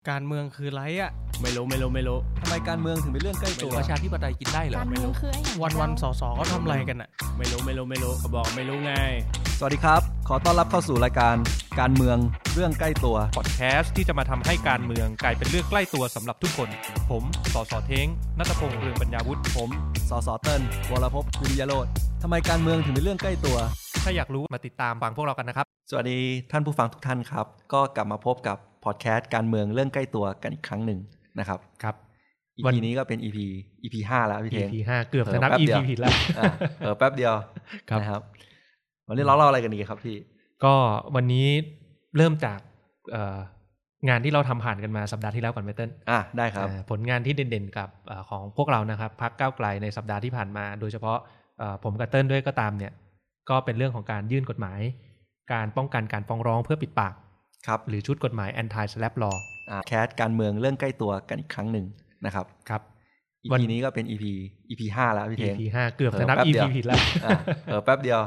การเมืองคือไรอะ ไม่รู้ไม่รู้ไม่รู้ ทำไมการเมืองถึงเป็นเรื่องใกล้ตัว ไม่รู้ ประชาธิปไตยกินได้เหรอ การเมืองคือไอ้อย่าง วันวันๆสอสอเขาทำอะไรกันอะ ไม่รู้ไม่รู้ไม่รู้เขาบอกไม่รู้ไง สวัสดีครับ ขอต้อนรับเข้าสู่รายการการเมืองเรื่องใกล้ตัว พอดแคสต์ที่จะมาทำให้การเมืองกลายเป็นเรื่องใกล้ตัวสำหรับทุกคน ผมสอสอเท้งนัตพงษ์เรืองปัญญาวุฒิ ผมสสเติ้ลวรพพกุริยโรธทำไมการเมืองถึงเป็นเรื่องใกล้ตัว ถ้าอยากรู้มาติดตามฟังพวกเรากันนะครับ สวัสดีท่านผู้ฟังทุกท่านครับ ก็กลับมาพบกับพอดแคสต์การเมืองเรื่องใกล้ตัวกันอีกครั้งหนึ่งนะครับ ครับ EP วัน นี้ก็เป็น EP EP ห้าแล้วพี่เทง EP ห้าเกือบจะนับ เผล EP อแป๊บเดียว ผิดแล้ว อ่ะเออแป๊บเดียว ครับ นะครับ วันนี้เราเล่าอะไรกันดีครับพี่ ก็วันนี้เริ่มจากเอ่องานที่เราทำผ่านกันมาสัปดาห์ที่แล้วก่อนไปเติ้ล อ่ะได้ครับ อ่าผลงานที่เด่นๆกับเอ่อของพวกเรานะครับพักก้าวไกลในสัปดาห์ที่ผ่านมา โดยเฉพาะเอ่อผมกับเติ้ลด้วยก็ตามเนี่ย ก็เป็นเรื่องของการยื่นกฎหมาย การป้องกันการฟ้องร้องเพื่อปิดปาก ครับ หรือชุดกฎหมาย anti slap law อ่ะแคสต์การเมืองเรื่องใกล้ตัวกันอีกครั้งหนึ่งนะครับ ครับ EP วัน นี้ก็เป็น EP EP ห้าแล้วพี่เทง EP ห้าเกือบจะนับ เออ EP แป๊บเดียว ผิดแล้ว อ่ะเออแป๊บเดียว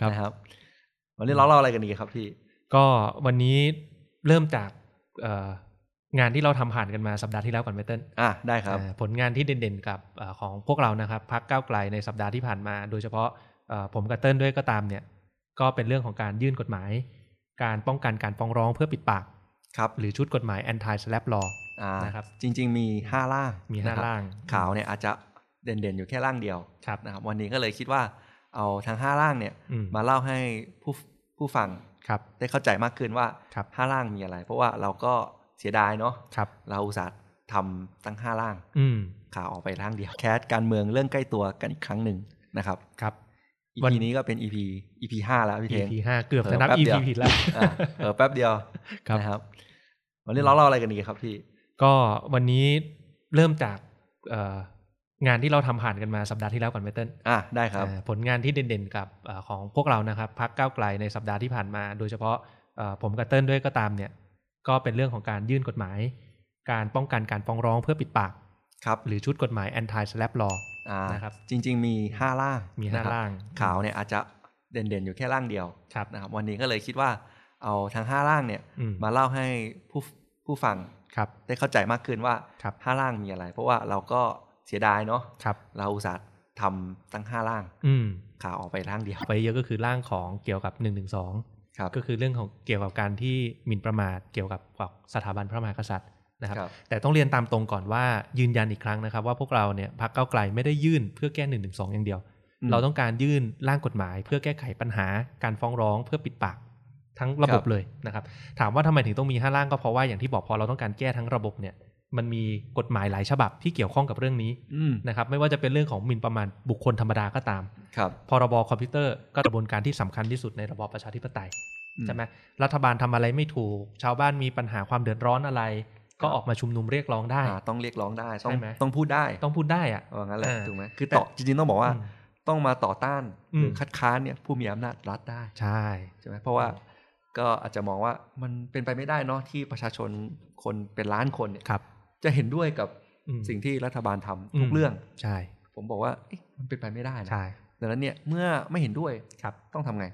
ครับ นะครับ วันนี้เราเล่าอะไรกันดีครับพี่ ก็วันนี้เริ่มจากเอ่องานที่เราทำผ่านกันมาสัปดาห์ที่แล้วก่อนไปเติ้ล อ่ะได้ครับ อ่าผลงานที่เด่นๆกับเอ่อของพวกเรานะครับพักก้าวไกลในสัปดาห์ที่ผ่านมา โดยเฉพาะเอ่อผมกับเติ้ลด้วยก็ตามเนี่ย ก็เป็นเรื่องของการยื่นกฎหมาย การป้องกันการฟ้องร้องเพื่อปิดปาก ครับ หรือชุดกฎหมาย anti slap law อ่า นะครับ จริง ๆ มี 5 ล่าง มีห้า นะครับ ร่าง ข่าวเนี่ยอาจจะเด่นๆ อยู่แค่ร่างเดียว ครับ นะครับ วันนี้ก็เลยคิดว่าเอาทั้ง 5 ร่างเนี่ย อืม มาเล่าให้ผู้ผู้ฟัง ครับ ได้เข้าใจมากขึ้นว่า ครับ 5 ร่างมีอะไร เพราะว่าเราก็เสียดายเนาะ ครับ เราอุตส่าห์ทำตั้ง 5 ร่าง อืม ข่าวออกไปร่างเดียว แคสการเมืองเรื่องใกล้ตัวกันอีกครั้งหนึ่งนะครับ ครับ EP วัน นี้ก็เป็น EP EP ห้าแล้วพี่เทง EP ห้าเกือบจะนับ เผล EP อแป๊บเดียว ผิดแล้ว อ่ะเออแป๊บเดียว ครับ นะครับ วันนี้เราเล่าอะไรกันดีครับพี่ ก็วันนี้เริ่มจากเอ่องานที่เราทำผ่านกันมาสัปดาห์ที่แล้วก่อนไปเติ้ล อ่ะได้ครับ อ่าผลงานที่เด่นๆกับเอ่อของพวกเรานะครับพักก้าวไกลในสัปดาห์ที่ผ่านมา โดยเฉพาะเอ่อผมกับเติ้ลด้วยก็ตามเนี่ย ก็เป็นเรื่องของการยื่นกฎหมาย การป้องกันการฟ้องร้องเพื่อปิดปาก ครับ หรือชุดกฎหมาย anti slap law อ่า นะครับ จริง ๆ มี 5 ร่าง มีห้า นะครับ ร่าง ข่าวเนี่ยอาจจะเด่นๆ อยู่แค่ร่างเดียว ครับ นะครับ วันนี้ก็เลยคิดว่าเอาทั้ง 5 ร่างเนี่ย อืม มาเล่าให้ผู้ผู้ฟัง ครับ ได้เข้าใจมากขึ้นว่า ครับ 5 ร่างมีอะไร เพราะว่าเราก็เสียดายเนาะ ครับ เราอุตส่าห์ทำตั้ง 5 ร่าง อืม ข่าวออกไปร่างเดียว ไปเยอะก็คือร่างของเกี่ยวกับ1นึ ครับ ก็คือเรื่องของเกี่ยวกับการที่หมิ่นประมาทเกี่ยวกับสถาบันพระมหากษัตริย์นะครับ ครับ แต่ต้องเรียนตามตรงก่อนว่ายืนยันอีกครั้งนะครับ ว่าพวกเราเนี่ยพักเก้าวไกลไม่ได้ยื่นเพื่อแก้หนึ่งหนึ่งสองอย่างเดียว อืม เราต้องการยื่นร่างกฎหมาย เพื่อแก้ไขปัญหาการฟ้องร้องเพื่อปิดปากทั้งระบบ ครับ เลยนะครับถามว่าทำไมถึงต้องมีห้าร่างก็เพราะว่าอย่างที่บอกพอเราต้องการแก้ทั้งระบบเนี่ยมันมีกฎหมายหลายฉบับที่เกี่ยวข้องกับเรื่องนี้ อืม นะครับไม่ว่าจะเป็นเรื่องของหมิ่นประมาทบุคคลธรรมดาก็ตาม ครับ พรบคอมพิวเตอร์ก็กระบวนการที่สำคัญที่สุดในระบอบประชาธิปไตย ใช่ไหมรัฐบาลทำอะไรไม่ถูก ชาวบ้านมีปัญหาความเดือดร้อนอะไร ก็ออกมาชุมนุมเรียกร้องได้ อ่าต้องเรียกร้องได้ต้อง ใช่ไหม ต้องพูดได้ ต้องพูดได้อะ ว่างั้นแหละ อ่า ถูกไหมคือ แต่ ต่อจริงๆต้องบอกว่า อืม ต้องมาต่อต้านหรืออ ม คัดค้านเนี่ยผู้มีอำนาจรัฐได้ ใช่ ใช่ไหมเพราะว่าก็อาจจะมองว่ามันเป็นไปไม่ได้เนาะที่ประชาชนคนเป็นล้านคนเนี่ย ครับ จะเห็นด้วยกับ อืม สิ่งที่รัฐบาลทำ อื ทุ ม กเรื่อง ใช่ ผมบอกว่าเอ๊ะมันเป็นไปไม่ได้นะ ใช่ ดังนั้นเนี่ยเมื่อไม่เห็นด้วย ครับ ต้องทำไง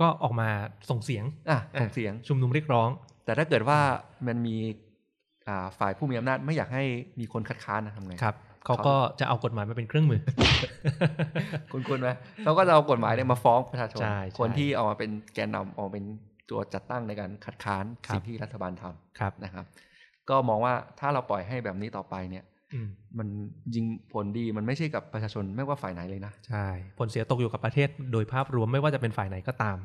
ก็ออกมาส่งเสียง อ่ะส่งเสียง ชุมนุมเรียกร้อง แต่ถ้าเกิดว่ามันมีอ่าฝ่ายผู้มีอำนาจไม่อยากให้มีคนคัดค้านนะทำไง ครับ เขาก็จะเอากฎหมายมาเป็นเครื่องมือ คุณคุณไหมเขาก็จะเอากฎหมายเนี่ยมาฟ้องประชาชน ใช่ใช่ คนที่เอามาเป็นแกนนำเอามาเป็นตัวจัดตั้งในการคัดค้าน ครับ สิ่งที่รัฐบาลทำ ครับ นะครับก็มองว่าถ้าเราปล่อยให้แบบนี้ต่อไปเนี่ย อืม มันยิงผลดีมันไม่ใช่กับประชาชนไม่ว่าฝ่ายไหนเลยนะ ใช่ ผลเสียตกอยู่กับประเทศโดยภาพรวมไม่ว่าจะเป็นฝ่ายไหนก็ตาม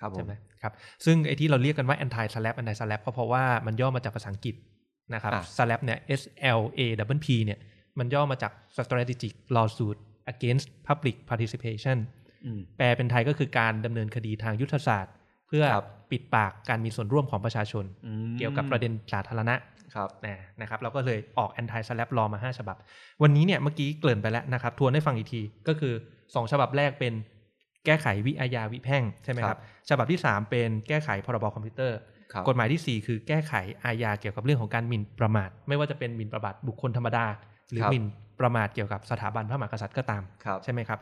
ครับผ ใช่ ม ไหมครับซึ่งไอ้ที่เราเรียกกันว่า anti slap anti slap ก็เพราะว่ามันย่อมาจากภาษาอังกฤษนะครับ slap เนี่ย S L A W P เนี่ยมันย่อมาจาก strategic lawsuit against public participation อืม แปลเป็นไทยก็คือการดำเนินคดีทางยุทธศาสตร์ เพื่อ ครับ ปิดปากการมีส่วนร่วมของประชาชน อืม เกี่ยวกับประเด็นสาธารณะ ครับ นะนะครับเราก็เลยออก anti slap law มา 5 ฉบับ วันนี้เนี่ยเมื่อกี้เกริ่นไปแล้วนะครับทวนให้ฟังอีกที ก็คือ 2 ฉบับแรกเป็นแก้ไขวิอาญาวิแพ่งใช่ไหมค ครั รับ บ ฉบับที่ 3 เป็นแก้ไขพรบคอมพิวเตอร์ ครับ กฎหมายทีสี่ 4 คือแก้ไขอาญาเกี่ยวกับเรื่องของการหมิ่นประมาท ไม่ว่าจะเป็นหมิ่นประมาทบุคคลธรรมดา หรือหมิ่นประมาทเกี่ยวกับสถาบันพระมหากษัตริย์ก็ตาม ครับ ใช่ไหมครับ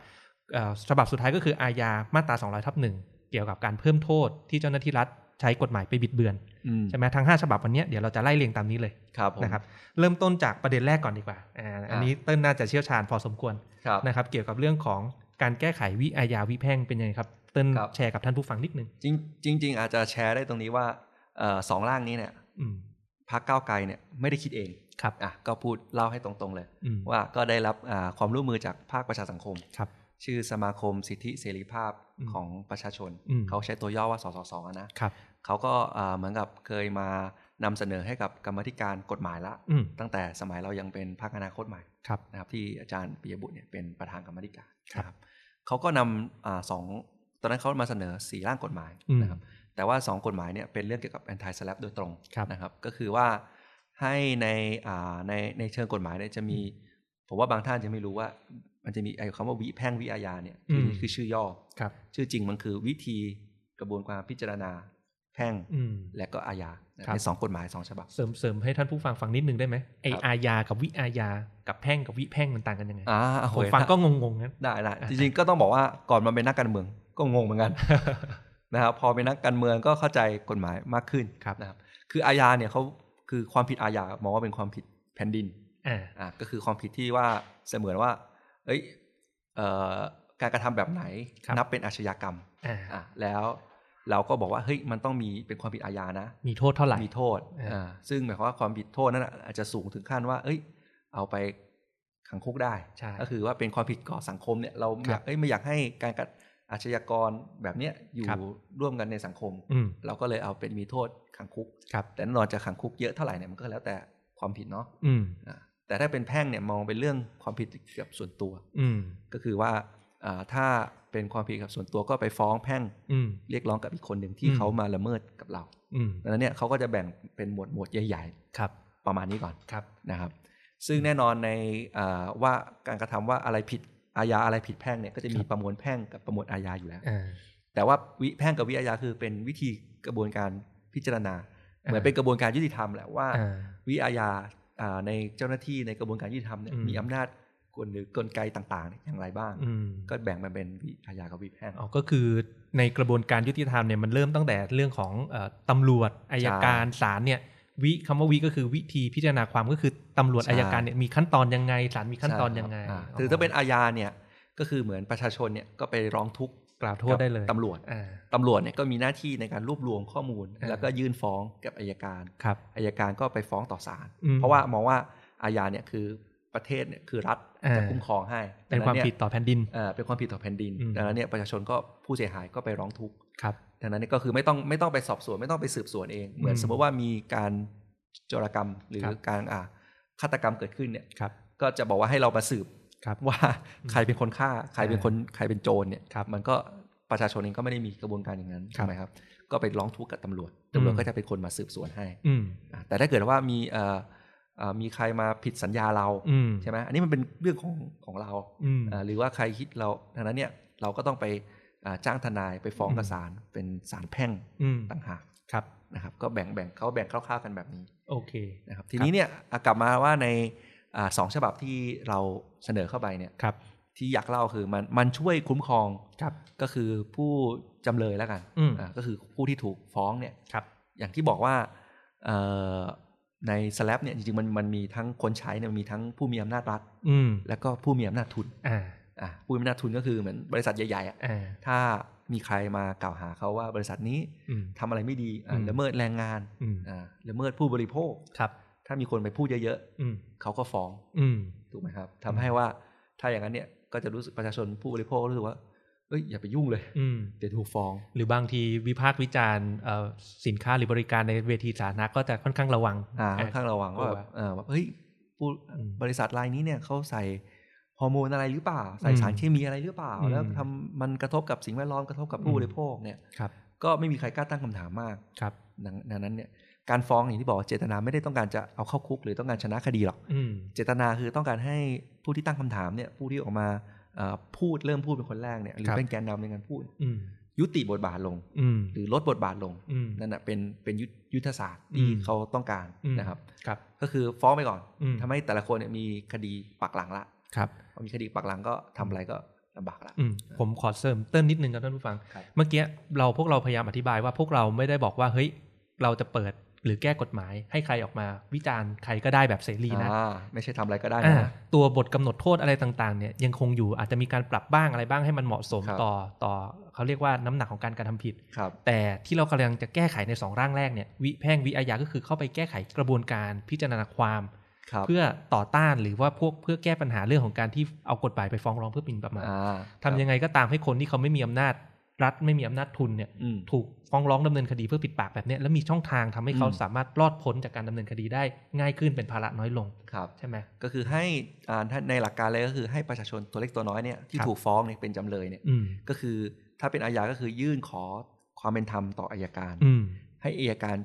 เอ่อฉบับสุดท้ายก็คืออาญามาตรา 200ทับหนึ่งเกี่ยวกับการเพิ่มโทษที่เจ้าหน้าที่รัฐ ใช้กฎหมายไปบิดเบือน อืม ใช่ไหมทั้งห้าฉบับวันเนี้ยเดี๋ยวเราจะไล่เรียงตามนี้เลย ครับผม นะครับเริ่มต้นจากประเด็นแรกก่อนดีกว่าอ่าอัน อ่านี้ นี้เติ้ลน่าจะเชี่ยวชาญพอสมควร ครับ นะครับเกี่ยวกับเรื่องของการแก้ไขวิอาญาวิแพ่งเป็นยังไงครับเติ้ล ครับ แชร์กับท่านผู้ฟังนิดนึง จริงจริง ๆ อาจจะแชร์ได้ตรงนี้ว่าเอ่อสองร่างนี้เนี่ย อืม พักก้าวไกลเนี่ยไม่ได้คิดเอง ครับ อ่ะก็พูดเล่าให้ตรงๆเลย อืม ว่าก็ได้รับอ่าความร่วมมือจากภาคประชาสังคม ครับ ชื่อสมาคมสิทธิเสรีภาพ อืม ของประชาชน อืม เขาใช้ตัวย่อว่าสสสอะนะครับ เขาก็อ่าเหมือนกับเคยมานำเสนอให้กับกรรมาธิการกฎหมายละ อืม ตั้งแต่สมัยเรายังเป็นพรรคอนาคตใหม่ ครับ นะครับที่อาจารย์ปิยบุตรเนี่ยเป็นประธานกรรมาธิการ ครับ นะเขาก็นำอาสองตอนนั้นเขามาเสนอสี่ร่างกฎหมาย อืม นะครับแต่ว่าสองกฎหมายเนี่ยเป็นเรื่องเกี่ยวกับ anti slap โดยตรง ครับ นะครับก็คือว่าให้ในอ่าในในเชิงกฎหมายเนี่ยจะมี ผมว่าบางท่านจะไม่รู้ว่า มันจะมีไอ้คำว่าวิแพ่งวิอาญาเนี่ย อืม คือคือชื่อย่อ ครับ ชื่อจริงมันคือวิธีกระบวนการพิจารณาแพ่ง อืม และก็อาญา ครับ เป็นสองกฎหมายสองฉบับ เสริมเสริมให้ท่านผู้ฟังฟังนิดนึงได้ไหมไอ ครับ อาญากับวิอาญากับแพ่งกับวิแพ่งมันต่างกันยังไง อ่า ผ โอ้ ม ย ฟังก็งงๆนะ ได้ได้ อ่ะ จริงๆก็ต้องบอกว่าก่อนมาเป็นนักการเมืองก็งงเหมือนกัน นะครับพอเป็นนักการเมืองก็เข้าใจกฎหมายมากขึ้น ครับ นะครับคืออาญาเนี่ยเขาคือความผิดอาญามองว่าเป็นความผิดแผ่นดิน อ่า อ่ะก็คือความผิดที่ว่าเสมือนว่า เอ้ยเอ่อการกระทำแบบไหนนับเป็นอาชญากรรม อ่า อ่ะแล้วเราก็บอกว่าเฮ้ยมันต้องมีเป็นความผิดอาญานะ มีโทษเท่าไหร่ มีโทษ อ่า อ่าซึ่งหมายความว่าความผิดโทษนั้นน่ะอาจจะสูงถึงขั้นว่า เอ้ย เอาไปขังคุกได้ ใช่ ก็คือว่าเป็นความผิดก่อสังคมเนี่ยเราไม่อยากเอ้ยไม่อยากให้การกระอาชญากรแบบเนี้ยอยู่ ครับ ร่วมกันในสังคม อืม เราก็เลยเอาเป็นมีโทษขังคุก ครับ แต่แน่นอนจะขังคุกเยอะเท่าไหร่เนี่ยมันก็แล้วแต่ความผิดเนาะ อืม อ่าแต่ถ้าเป็นแพ่งเนี่ยมองเป็นเรื่องความผิดเกี่ยวกับส่วนตัว อืม ก็คือว่าอ่าถ้าเป็นความผิดเกี่ยวกับส่วนตัวก็ไปฟ้องแพ่ง อืม เรียกร้องกับอีกคนหนึ่งที่ อืม เขามาละเมิดกับเรา อืม ดังนั้นเนี่ยเขาก็จะแบ่งเป็นหมวดหมวดใหญ่ ครับ ๆ ประมาณนี้ก่อน ครับ นะครับ ซึ่งแน่นอนในอ่าว่าการกระทำว่าอะไรผิดอาญาอะไรผิดแพ่งเนี่ยก็จะมีประมวลแพ่งกับประมวลอาญาอยู่แล้ว อ่า แต่ว่าวิแพ่งกับวิอาญาคือเป็นวิธีกระบวนการพิจารณา เหมือน อ่า เป็นกระบวนการยุติธรรมแหละว่า อ่า วิอาญาอ่าในเจ้าหน้าที่ในกระบวนการยุติธรรมเนี่ย อืม มีอำนาจกลหรือกลไกต่างๆเนี่ยอย่างไรบ้าง อืม ก็แบ่งมาเป็นวิอาญากับวิแพ่ง อ๋อก็คือในกระบวนการยุติธรรมเนี่ยมันเริ่มตั้งแต่เรื่องของเอ่อตำรวจอายการศาลเนี่ยวิคำว่าวิก็คือวิธีพิจารณาความก็คือตำรวจ ใช่ อายการเนี่ยมีขั้นตอนยังไงศาลมีขั้นตอนยังไง ใช่ครับาคือถ้าเป็นอาญาเนี่ยก็คือเหมือนประชาชนเนี่ยก็ไปร้องทุกข์ กล่าวโทษได้เลย ตำรวจ อ่า ตำรวจเนี่ยก็มีหน้าที่ในการรวบรวมข้อมูล อ่า แล้วก็ยื่นฟ้องกับอายการ ครับ อายการก็ไปฟ้องต่อศาล อืม เพราะว่ามองว่าอาญาเนี่ยคือประเทศเนี่ยคือรัฐ อ่า จะคุ้มครองให้ เป็นความผิดต่อแผ่นดิน เอ่อเป็นความผิดต่อแผ่นดิน อืม ดังนั้นเนี่ยประชาชนก็ผู้เสียหายก็ไปร้องทุกข์ ครับ ดังนั้นเนยก็คือไม่ต้องไม่ต้องไปสอบสวนไม่ต้องไปสืบสวนเอง เหมือน อืม สมมติว่ามีการโจรกรรมหรือ ครับ การอ่าฆาตกรรมเกิดขึ้นเนี่ย ครับ ก็จะบอกว่าให้เรามาสืบ ครับ ว่าใครเป็นคนฆ่าใครเป็นคนใครเป็นโจรเนี่ย ครับ มันก็ประชาชนเองก็ไม่ได้มีกระบวนการอย่างนั้น ครั ใช่ บ ไหมครับก็ไปร้องทุกข์กับตำรวจตำรวจ อืม ก็จะเป็นคนมาสืบสวนให้ อืม อ่ะแต่ถ้าเกิดว่ามีเอ่อเอ่อมีใครมาผิดสัญญาเรา อืม ใช่ไหมอันนี้มันเป็นเรื่องของของเรา อืม อ่ะหรือว่าใครคิดเราดังนั้นเนี่ยเราก็ต้องไปอ่าจ้างทนายไปฟ้องกับ อืม ศาลเป็นศาลแพ่ง อืม ต่างหาก ครับ นะครับก็แบ่งแบ่งเขาแบ่งคร่าวๆกันแบบนี้ โอเค นะครับทีนี้เนี่ยอ่ะกลับมาว่าในอ่าสองฉบับที่เราเสนอเข้าไปเนี่ย ครับ ที่อยากเล่าคือมันมันช่วยคุ้มครอง ครับ ก็คือผู้จำเลยแล้วกัน อืม อ่าก็คือผู้ที่ถูกฟ้องเนี่ย ครับ อย่างที่บอกว่าเอ่อในสแลปเนี่ยจริงๆมันมันมีทั้งคนใช้เนี่ยมันมีทั้งผู้มีอำนาจรัฐ อืม แล้วก็ผู้มีอำนาจทุน อ่า อ่ะผู้มีอำนาจทุนก็คือเหมือนบริษัทใหญ่ๆอ่ะ อ่า ถ้ามีใครมากล่าวหาเขาว่าบริษัทนี้ อืม ทำอะไรไม่ดีอ่ะ อืม ละเมิดแรงงาน อืม อ่าละเมิดผู้บริโภค ครับ ถ้ามีคนไปพูดเยอะ อืม ๆ เขาก็ฟ้อง อืม ถูกไหมครับทำให้ว่าถ้าอย่างนั้นเนี่ยก็จะรู้สึกประชาชนผู้บริโภคก็รู้สึกว่าเอ้ยอย่าไปยุ่งเลย อืม เดี๋ยวถูกฟ้อง หรือบางทีวิพากษ์วิจารณ์เอ่อสินค้าหรือบริการในเวทีสาธารณะก็จะค่อนข้างระวัง อ่าค่อนข้างระวังว่าแบบเออแบบเฮ้ยผู้ อืม บริษัทรายนี้เนี่ยเขาใส่ฮอร์โมนอะไรหรือเปล่า ใส่ อืม สารเคมีอะไรหรือเปล่า อืม แล้วทำมันกระทบกับสิ่งแวดล้อมกระทบกับผู้ อืม บริโภคเนี่ย ครับ ก็ไม่มีใครกล้าตั้งคำถามมาก ครับ ดังดังนั้นเนี่ยการฟ้องอย่างที่บอกเจตนาไม่ได้ต้องการจะเอาเข้าคุก หรือต้องการชนะคดีหรอก อืม เจตนาคือต้องการให้ผู้ที่ตั้งคำถามเนี่ยผู้ที่ออกมาเอ่อพูดเริ่มพูดเป็นคนแรกเนี่ยหรื ค อ รับ เป็นแกนนำในการพูด อืม ยุติบทบาทลง อืม หรือลดบทบาทลง อืม นั่นแหะเป็นเป็นยุทยุทธศาสตร์ที่ อืม เขาต้องการ อืม นะครับ ครับ ก็คือฟ้องไปก่อน อืม ทำให้แต่ละคนเนี่ยมีคดีปักหลังละ ครับ พอมีคดีปักหลังก็ทำอะไรก็ ลำบากละ อืมผมขอเสริมเติมนิดนึงครับท่านผู้ฟัง ครับ เมื่อกี้เราพวกเราพยายามอธิบายว่าพวกเราไม่ได้บอกว่าเฮ้ยเราจะเปิดหรือแก้กฎหมาย ให้ใครออกมาวิจารณ์ใครก็ได้แบบเสรีนะ อ่าไม่ใช่ทำอะไรก็ได้ อ่า นะ ตัวบทกำหนดโทษอะไรต่างๆเนี่ยยังคงอยู่อาจจะมีการปรับบ้างอะไรบ้างให้มันเหมาะสม ครับ ต่อต่อเขาเรียกว่าน้ำหนักของการกระทำผิด ครับ แต่ที่เรากำลังจะแก้ไขใน 2 ร่างแรกเนี่ยวิแพ่งวิอาญาก็คือเข้าไปแก้ไขกระบวนการพิจารณาความ ครับ เพื่อต่อต้านหรือว่าพวกเพื่อแก้ปัญหาเรื่องของการที่เอากฎหมายไปฟ้องร้องเพื่อหมิ่นประมาท อ่า ทำยังไงก็ตามให้คนที่เขาไม่มีอำนาจ รัฐไม่มีอำนาจทุนเนี่ย อืม ถูกฟ้องร้องดำเนินคดีเพื่อปิดปากแบบเนี้ยแล้วมีช่องทางทำให้เขา อืม สามารถรอดพ้นจากการดำเนินคดีได้ง่ายขึ้นเป็นภาระน้อยลง ครับ ใช่ไหม ก็คือให้อ่าถ้าในหลักการเลยก็คือให้ประชาชนตัวเล็กตัวน้อยเนี่ยที่ ครับ ถูกฟ้องเนี่ยเป็นจำเลยเนี่ย อืม ก็คือถ้าเป็นอาญาก็คือยื่นขอความเป็นธรรมต่ออายการ อืม ให้อายการ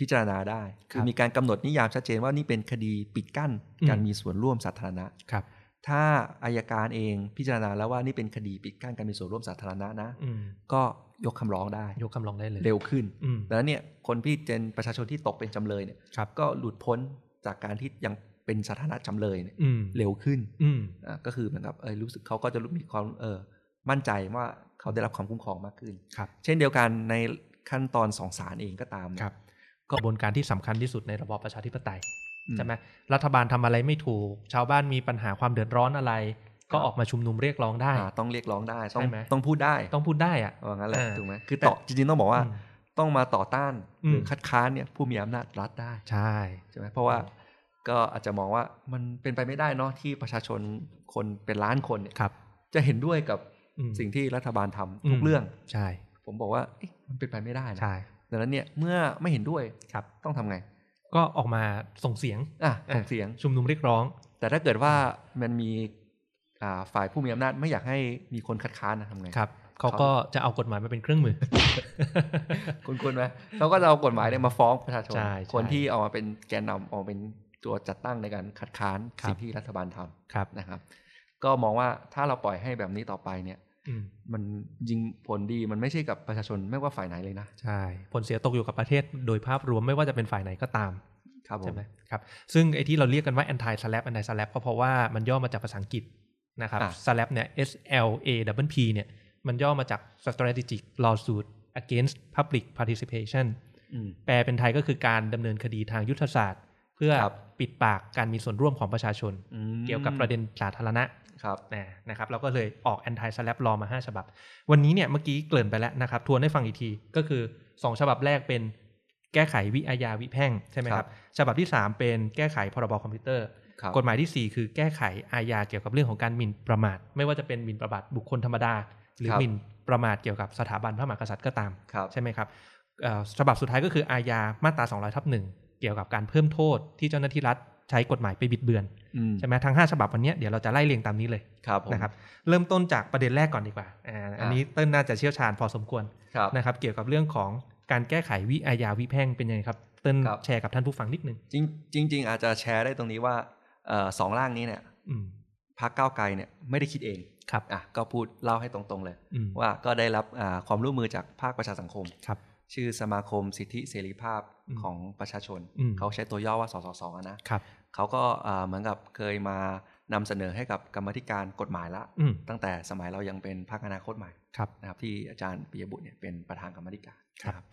พิจารณาได้ ค คื รั อบมีการกำหนดนิยามชัดเจนว่านี่เป็นคดีปิดกั้น อืม การมีส่วนร่วมสาธารณะ ครับ ถ้าอายการเองพิจารณาแล้วว่านี่เป็นคดีปิดกั้นการมีส่วนร่วมสาธารณะนะ อืม ก็ยกคำร้องได้ ยกคำร้องได้เลย เร็วขึ้น อืม ดังนั้นเนี่ยคนที่เป็นประชาชนที่ตกเป็นจำเลยเนี่ย ครับ ก็หลุดพ้นจากการที่ยังเป็นสถานะจำเลยเนี่ย อืม เร็วขึ้น อืม อ่ะก็คือเหมือนกับเออรู้สึกเขาก็จะรู้มีความเออมั่นใจว่าเขาได้รับความคุ้มครองมากขึ้น ครับ เช่นเดียวกันในขั้นตอนสองศาลเองก็ตามนะครับ กระบวนการที่สำคัญที่สุดในระบอบประชาธิปไตย อืม ใช่ไหมรัฐบาลทำอะไรไม่ถูก ชาวบ้านมีปัญหาความเดือดร้อนอะไร ก็ ครับ ออกมาชุมนุมเรียกร้องได้ อ่าต้องเรียกร้องได้ต้อง ใช่ไหม ต้องพูดได้ ต้องพูดได้อะ ว่างั้นแหละ อ่า ถูกไหมคือต่อจริงๆต้องบอกว่า อืม ต้องมาต่อต้านหรืออ ม คัดค้านเนี่ยผู้มีอำนาจรัฐได้ ใช่ ใช่ไหมเพราะว่าก็อาจจะมองว่ามันเป็นไปไม่ได้เนาะที่ประชาชนคนเป็นล้านคนเนี่ย ครับ จะเห็นด้วยกับ อืม สิ่งที่รัฐบาลทำทุกเรื่อง ใช่ ผมบอกว่าเอ๊ะมันเป็นไปไม่ได้นะ ใช่ ดังนั้นเนี่ยเมื่อไม่เห็นด้วย ครับ ต้องทำไง ก็ออกมาส่งเสียง อ่ะส่งเสียง ชุมนุมเรียกร้อง แต่ถ้าเกิดว่ามันมีอ่าฝ่ายผู้มีอำนาจไม่อยากให้มีคนคัดค้านนะทำไง ครับเขา เขา ก็จะเอากฎหมายมาเป็นเครื่องมือ คุณคุณไหมเขาก็จะเอากฎหมายเนี่ยมาฟ้องประชาชน ใช่ใช่ คนที่เอามาเป็นแกนนำเอามาเป็นตัวจัดตั้งในการคัดค้าน ครับ สิ่งที่รัฐบาลทำ ครับ นะครับก็มองว่าถ้าเราปล่อยให้แบบนี้ต่อไปเนี่ย อืม มันยิงผลดีมันไม่ใช่กับประชาชนไม่ว่าฝ่ายไหนเลยนะ ใช่ผลเสียตกอยู่กับประเทศโดยภาพรวมไม่ว่าจะเป็นฝ่ายไหนก็ตาม ครับผ ใช่ ม ไหมครับซึ่งไอ้ที่เราเรียกกันว่า anti slap anti slap ก็เพราะว่ามันย่อมาจากภาษาอังกฤษนะครับ อ่ะ slap เนี่ย S L A W P เนี่ยมันย่อมาจาก strategic lawsuit against public participation อืม แปลเป็นไทยก็คือการดำเนินคดีทางยุทธศาสตร์ เพื่อ ครับ ปิดปากการมีส่วนร่วมของประชาชน อืม เกี่ยวกับประเด็นสาธารณะ ครับ นะนะครับเราก็เลยออก anti slap law มา 5 ฉบับ วันนี้เนี่ยเมื่อกี้เกริ่นไปแล้วนะครับทวนให้ฟังอีกทีก็คือ 2 ฉบับแรกเป็นแก้ไขวิอาญาวิแพ่งใช่ไหมครับฉบับที่ 3 เป็นแก้ไขพรบคอมพิวเตอร์ ครับ กฎหมายทีสี่ 4 คือแก้ไขอาญาเกี่ยวกับเรื่องของการหมิ่นประมาท ไม่ว่าจะเป็นหมิ่นประมาทบุคคลธรรมดา หรือหมิ่นประมาทเกี่ยวกับสถาบันพระมหากษัตริย์ก็ตาม ครับ ใช่ไหมครับเอ่อฉบับสุดท้ายก็คืออาญามาตรา200ทับหนึ่งเกี่ยวกับการเพิ่มโทษที่เจ้าหน้าที่รัฐใช้กฎหมายไปบิดเบือน อืม ใช่ไหมทั้งห้าฉบับวันเนี้ยเดี๋ยวเราจะไล่เรียงตามนี้เลย ครับผม นะครับเริ่มต้นจากประเด็นแรกก่อนดีกว่าอ่าอันนี้เต้นน่าจะเชี่ยวชาญพอสมควร ครับ นะครับเกี่ยวกับเรื่องของการแก้ไขวิอาญาวิแพ่งเป็นยังไงครับ เต้น ครับ แชร์กับท่านผู้ฟังนิดนึง จริงจริง ๆ อาจจะแชร์ได้ตรงนี้ว่าเอ่อสองร่างนี้เนี่ย อืม พรรคก้าวไกลเนี่ยไม่ได้คิดเอง ครับ อ่ะก็พูดเล่าให้ตรงๆเลย อืม ว่าก็ได้รับอ่าความร่วมมือจากภาคประชาสังคม ครับ ชื่อสมาคมสิทธิเสรีภาพ อืม ของประชาชน อืม เขาใช้ตัวย่อว่าสสสนะ ครับ เขาก็เอ่อเหมือนกับเคยมานำเสนอให้กับกรรมธิการกฎหมายละ อืม ตั้งแต่สมัยเรายังเป็นพรรคอนาคตใหม่ ครับ นะครับที่อาจารย์ปิยบุตรเนี่ยเป็นประธานกรรมธิการ ครับ นะ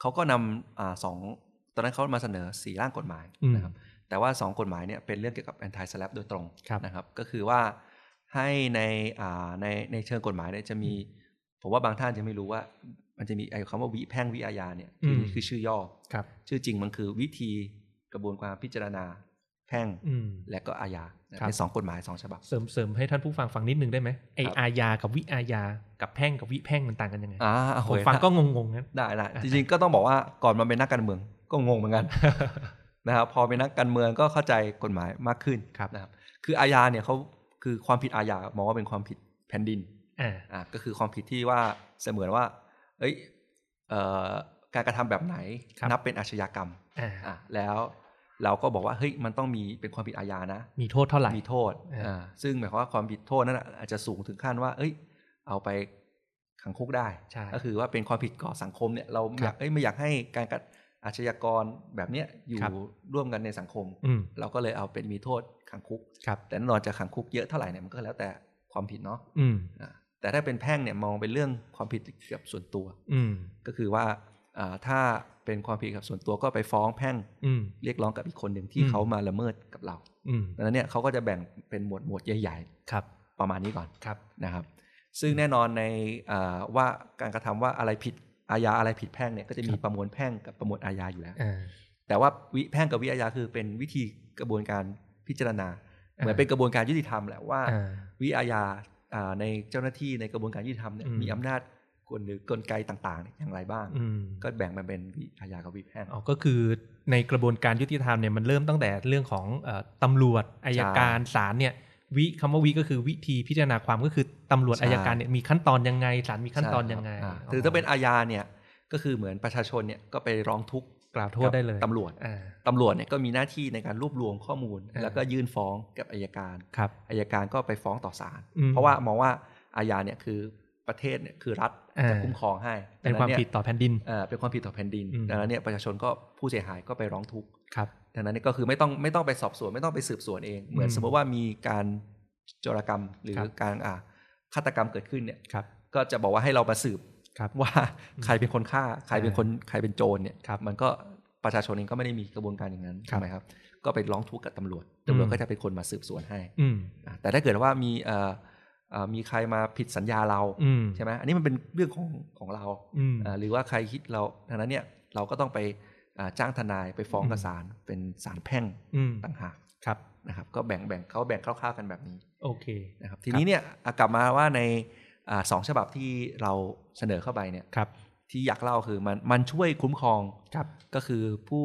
เขาก็นำอาสองตอนนั้นเขามาเสนอสี่ร่างกฎหมาย อืม นะครับแต่ว่าสองกฎหมายเนี่ยเป็นเรื่องเกี่ยวกับ anti slap โดยตรง ครับ นะครับก็คือว่าให้ในอ่าในในเชิงกฎหมายเนี่ยจะมี ผมว่าบางท่านจะไม่รู้ว่ามันจะมีไอ้คำว่าวิแพ่งวิอาญาเนี่ยคือ อืม คือชื่อย่อ ครับ ชื่อจริงมันคือวิธีกระบวนการพิจารณาแพ่ง อืม และก็อาญานะครับ เป็นสองกฎหมายสองฉบับ เสริมเสริมให้ท่านผู้ฟังฟังนิดนึงได้ไหมไอ ครับ อาญากับวิอาญากับแพ่งกับวิแพ่งมันต่างกันยังไง อ่า ผม โอ้ย ฟังก็ ได้ งงๆนั้น ได้ได้จริงๆก็ต้องบอกว่าก่อนมาเป็นนักการเมืองก็งงเหมือนกัน นะครับพอเป็นนักการเมืองก็เข้าใจกฎหมายมากขึ้น ครับ นะครับคืออาญาเนี่ยเขาคือความผิดอาญามองว่าเป็นความผิดแผ่นดิน อ่า อ่าก็คือความผิดที่ว่าเสมือนว่าเอ้ยเอ่อการกระทำแบบไหนนับเป็นอาชญากรรม อ่า อ่ะแล้วเราก็บอกว่าเฮ้ยมันต้องมีเป็นความผิดอาญานะ มีโทษเท่าไหร่ มีโทษ อ่า อ่าซึ่งหมายความว่าความผิดโทษนั้นน่ะอาจจะสูงถึงขั้นว่า เอ้ย เอาไปขังคุกได้ ใช่ ก็คือว่าเป็นความผิดก่อสังคมเนี่ยเรา ครัอยา บ กเอ้ยไม่อยากให้การกัดอาชญากรแบบเนี้ยอยู่ ครับ ร่วมกันในสังคม อืม เราก็เลยเอาเป็นมีโทษขังคุก ครับ แต่แน่นอนจะขังคุกเยอะเท่าไหร่เนี่ยมันก็แล้วแต่ความ ความผิดเนาะ อืม อ่าแต่ถ้าเป็นแพ่งเนี่ยมองเป็นเรื่องความผิดเกี่ยวกับส่วนตัว อืม ก็คือว่าอ่าถ้าเป็นความผิดเกี่ยวกับส่วนตัวก็ไปฟ้องแพ่ง อืม เรียกร้องกับอีกคนหนึ่งที่ อืม เขามาละเมิดกับเรา อืม ดังนั้นเนี่ยเขาก็จะแบ่งเป็นหมวดหมวดใหญ่ ครับ ๆ ประมาณนี้ก่อน ครับ นะครับซึ่งแน่นอนในอ่าว่าการกระทำว่าอะไรผิดอาญาอะไรผิดแพ่งเนี่ยก็จะมีประมวลแพ่งกับประมวลอาญาอยู่แล้ว อ่า แต่ว่าวิแพ่งกับวิอาญาคือเป็นวิธีกระบวนการพิจารณา เหมือนเป็นกระบวนการยุติธรรมแหละว่า อ่า วิอาญาอ่าในเจ้าหน้าที่ในกระบวนการยุติธรรมเนี่ย อืม มีอำนาจกลหรือกลไกต่างๆเนี่ยอย่างไรบ้าง อืม ก็แบ่งมันเป็นวิอาญากับวิแพ่ง อ๋อก็คือในกระบวนการยุติธรรมเนี่ยมันเริ่มตั้งแต่เรื่องของเอ่อตำรวจอายการศาลเนี่ยวิคำว่าวิก็คือวิธีพิจารณาความก็คือตำรวจ ใช่ อายการเนี่ยมีขั้นตอนยังไงศาลมีขั้นตอน ใช่ครับ ยังไง าคือถ้าเป็นอาญาเนี่ยก็คือเหมือนประชาชนเนี่ยก็ไปร้องทุกข์ กล่าวโทษได้เลย ตำรวจ อ่า ตำรวจเนี่ยก็มีหน้าที่ในการรวบรวมข้อมูล อ่า แล้วก็ยื่นฟ้องกับอายการ ครับ อายการก็ไปฟ้องต่อศาล อืม เพราะว่ามองว่าอาญาเนี่ยคือประเทศเนี่ยคือรัฐ อ่า จะคุ้มครองให้ เป็นความผิด ดัง ต่อแผ่นดิน เอ่อเป็นความผิดต่อแผ่นดิน อืม ดังนั้นเนี่ยประชาชนก็ผู้เสียหายก็ไปร้องทุกข์ ครับ ดังนั้นเนี่ยก็คือไม่ต้องไม่ต้องไปสอบสวนไม่ต้องไปสืบสวนเอง เหมือน อืม สมมติว่ามีการโจรกรรมหรือ ครับ การอ่าฆาตกรรมเกิดขึ้นเนี่ย ครับ ก็จะบอกว่าให้เรามาสืบ ครับ ว่าใครเป็นคนฆ่าใครเป็นคนใครเป็นโจรเนี่ย ครับ มันก็ประชาชนเองก็ไม่ได้มีกระบวนการอย่างนั้น ครั ใช่ บ ไหมครับ ก็ไปร้องทุกข์กับตำรวจตำรวจ อืม ก็จะเป็นคนมาสืบสวนให้ อืม อ่ะแต่ถ้าเกิดว่ามีเอ่อเอ่อมีใครมาผิดสัญญาเรา อืม ใช่ไหมอันนี้มันเป็นเรื่องของของเรา อืม อ่ะหรือว่าใครคิดเราดังนั้นเนี่ยเราก็ต้องไปอ่ะจ้างทนายไปฟ้องกัอืบม ศาลเป็นศาลแพ่ง อืม ต่างหาก ครับ นะครับ ก็แบ่งแบ่งเขาแบ่งคร่าวๆกันแบบนี้ โอเค นะครับทีนี้เนี่ยอ่ะกลับมาว่าในอ่ะสองฉบับที่เราเสนอเข้าไปเนี่ย ครับ ที่อยากเล่าคือมันมันช่วยคุ้มครอง ครับ ก็คือผู้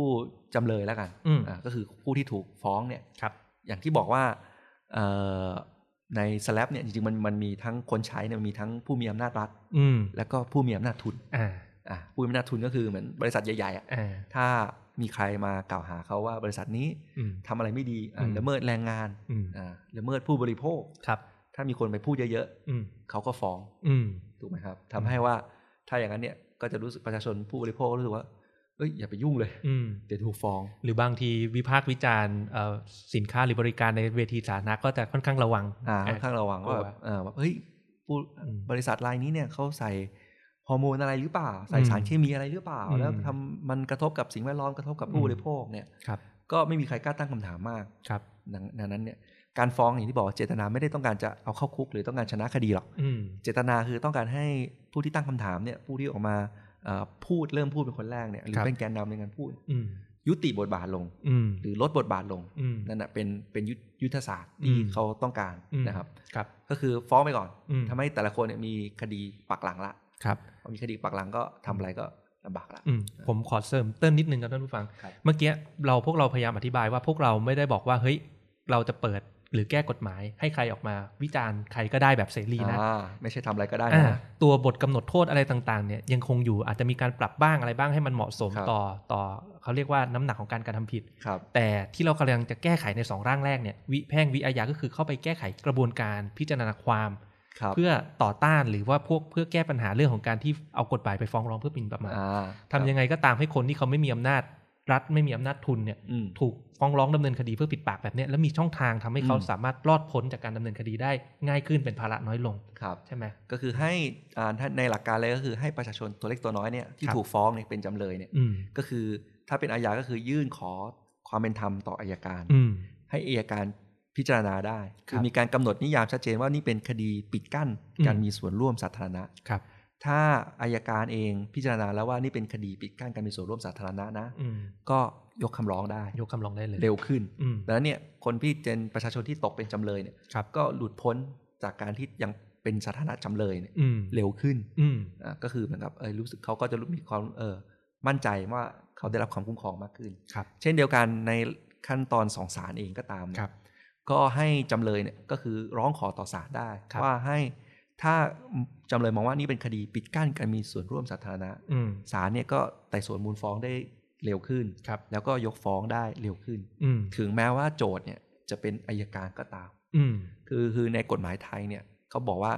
จำเลยแล้วกัน อืม อ่าก็คือผู้ที่ถูกฟ้องเนี่ย ครับ อย่างที่บอกว่าเอ่อในสแลปเนี่ยจริงๆมันมันมีทั้งคนใช้เนี่ยมันมีทั้งผู้มีอำนาจรัฐ อืม แล้วก็ผู้มีอำนาจทุน อ่า อ่ะผู้มีอำนาจทุนก็คือเหมือนบริษัทใหญ่ๆอ่ะ อ่า ถ้ามีใครมากล่าวหาเขาว่าบริษัทนี้ อืม ทำอะไรไม่ดีอ่ะ อืม ละเมิดแรงงาน อืม อ่ะละเมิดผู้บริโภค ครับ ถ้ามีคนไปพูดเยอะ อืม ๆเขาก็ฟ้อง อืม ถูกไหมครับทำให้ว่าถ้าอย่างนั้นเนี่ยก็จะรู้สึกประชาชนผู้บริโภคก็รู้สึกว่าเอ้ยอย่าไปยุ่งเลย อืม เดี๋ยวถูกฟ้อง หรือบางทีวิพากษ์วิจารณ์เอ่อสินค้าหรือบริการในเวทีสาธารณะก็จะค่อนข้างระวัง อ่าค่อนข้างระวังว่าแบบเออแบบเฮ้ยผู้ อืม บริษัทรายนี้เนี่ยเขาใส่ฮอร์โมนอะไรหรือเปล่า ใส่ อืม สารเคมีอะไรหรือเปล่า อืม แล้วทำมันกระทบกับสิ่งแวดล้อมกระทบกับ อื ผู้ ม บริโภคเนี่ย ครับ ก็ไม่มีใครกล้าตั้งคำถามมาก ครับ ดังดังนั้นเนี่ยการฟ้องอย่างที่บอกเจตนาไม่ได้ต้องการจะเอาเข้าคุก หรือต้องการชนะคดีหรอก อืม เจตนาคือต้องการให้ผู้ที่ตั้งคำถามเนี่ยผู้ที่ออกมาเอ่อพูดเริ่มพูดเป็นคนแรกเนี่ยหรื ค อ รับ เป็นแกนนำในการพูด อืม ยุติบทบาทลง อืม หรือลดบทบาทลง อืม นั่นแหะเป็นเป็นยุทธยุทธศาสตร์ที่ อืม เขาต้องการนะครับ ครับ ก็คือฟ้องไปก่อน อืม ทำให้แต่ละคนเนี่ยมีคดีปักหลังละ ครับ พอมีคดีปักหลังก็ทำอะไรก็ลำบากละ อืมผมขอเสริมเติ้นนิดนึงครับท่านผู้ฟัง ครับ เมื่อกี้เราพวกเราพยายามอธิบายว่าพวกเราไม่ได้บอกว่าเฮ้ยเราจะเปิดหรือแก้กฎหมาย ให้ใครออกมาวิจารณ์ใครก็ได้แบบเสรีนะ อ่าไม่ใช่ทำอะไรก็ได้ อ่า นะ ตัวบทกำหนดโทษอะไรต่างๆเนี่ยยังคงอยู่อาจจะมีการปรับบ้างอะไรบ้างให้มันเหมาะสม ครับ ต่อต่อเขาเรียกว่าน้ำหนักของการกระทำผิด ครับ แต่ที่เรากำลังจะแก้ไขใน 2 ร่างแรกเนี่ยวิแพ่งวิอาญาก็คือเข้าไปแก้ไขกระบวนการพิจารณาความ ครับ เพื่อต่อต้านหรือว่าพวกเพื่อแก้ปัญหาเรื่องของการที่เอากฎหมายไปฟ้องร้องเพื่อหมิ่นประมาท อ่า ทำยังไงก็ตามให้คนที่เขาไม่มีอำนาจ รัฐไม่มีอำนาจทุนเนี่ย อืม ถูกฟ้องร้องดำเนินคดีเพื่อปิดปากแบบเนี้ยแล้วมีช่องทางทำให้เขา อืม สามารถรอดพ้นจากการดำเนินคดีได้ง่ายขึ้นเป็นภาระน้อยลง ครับ ใช่ไหม ก็คือให้อ่าถ้าในหลักการเลยก็คือให้ประชาชนตัวเล็กตัวน้อยเนี่ยที่ ครับ ถูกฟ้องเนี่ยเป็นจำเลยเนี่ย อืม ก็คือถ้าเป็นอาญาก็คือยื่นขอความเป็นธรรมต่ออายการ อืม ให้อายการพิจารณาได้ คื ค อ รับ มีการกำหนดนิยามชัดเจนว่านี่เป็นคดีปิดกั้น อืม การมีส่วนร่วมสาธารณะ ครับ ถ้าอายการเองพิจารณาแล้วว่านี่เป็นคดีปิดกั้นการมีส่วนร่วมสาธารณะนะ อืม ก็ยกคำร้องได้ ยกคำร้องได้เลย เร็วขึ้น อืม ดังนั้นเนี่ยคนที่เป็นประชาชนที่ตกเป็นจำเลยเนี่ย ครับ ก็หลุดพ้นจากการที่ยังเป็นสถานะจำเลยเนี่ย อืม เร็วขึ้น อืม อ่าก็คือเหมือนกับเออรู้สึกเขาก็จะรู้มีความเออมั่นใจว่าเขาได้รับความคุ้มครองมากขึ้น ครับ เช่นเดียวกันในขั้นตอนสองศาลเองก็ตามนะครับ ก็ให้จำเลยเนี่ยก็คือร้องขอต่อศาลได้ ครับ ว่าให้ถ้าจำเลยมองว่านี่เป็นคดีปิดกั้นการมีส่วนร่วมสาธารณะ อืม ศาลเนี่ยก็ไต่สวนมูลฟ้องได้เร็วขึ้น ครับ แล้วก็ยกฟ้องได้เร็วขึ้น อืม ถึงแม้ว่าโจทย์เนี่ยจะเป็นอายการก็ตาม อืม คือคือในกฎหมายไทยเนี่ยเขาบอกว่า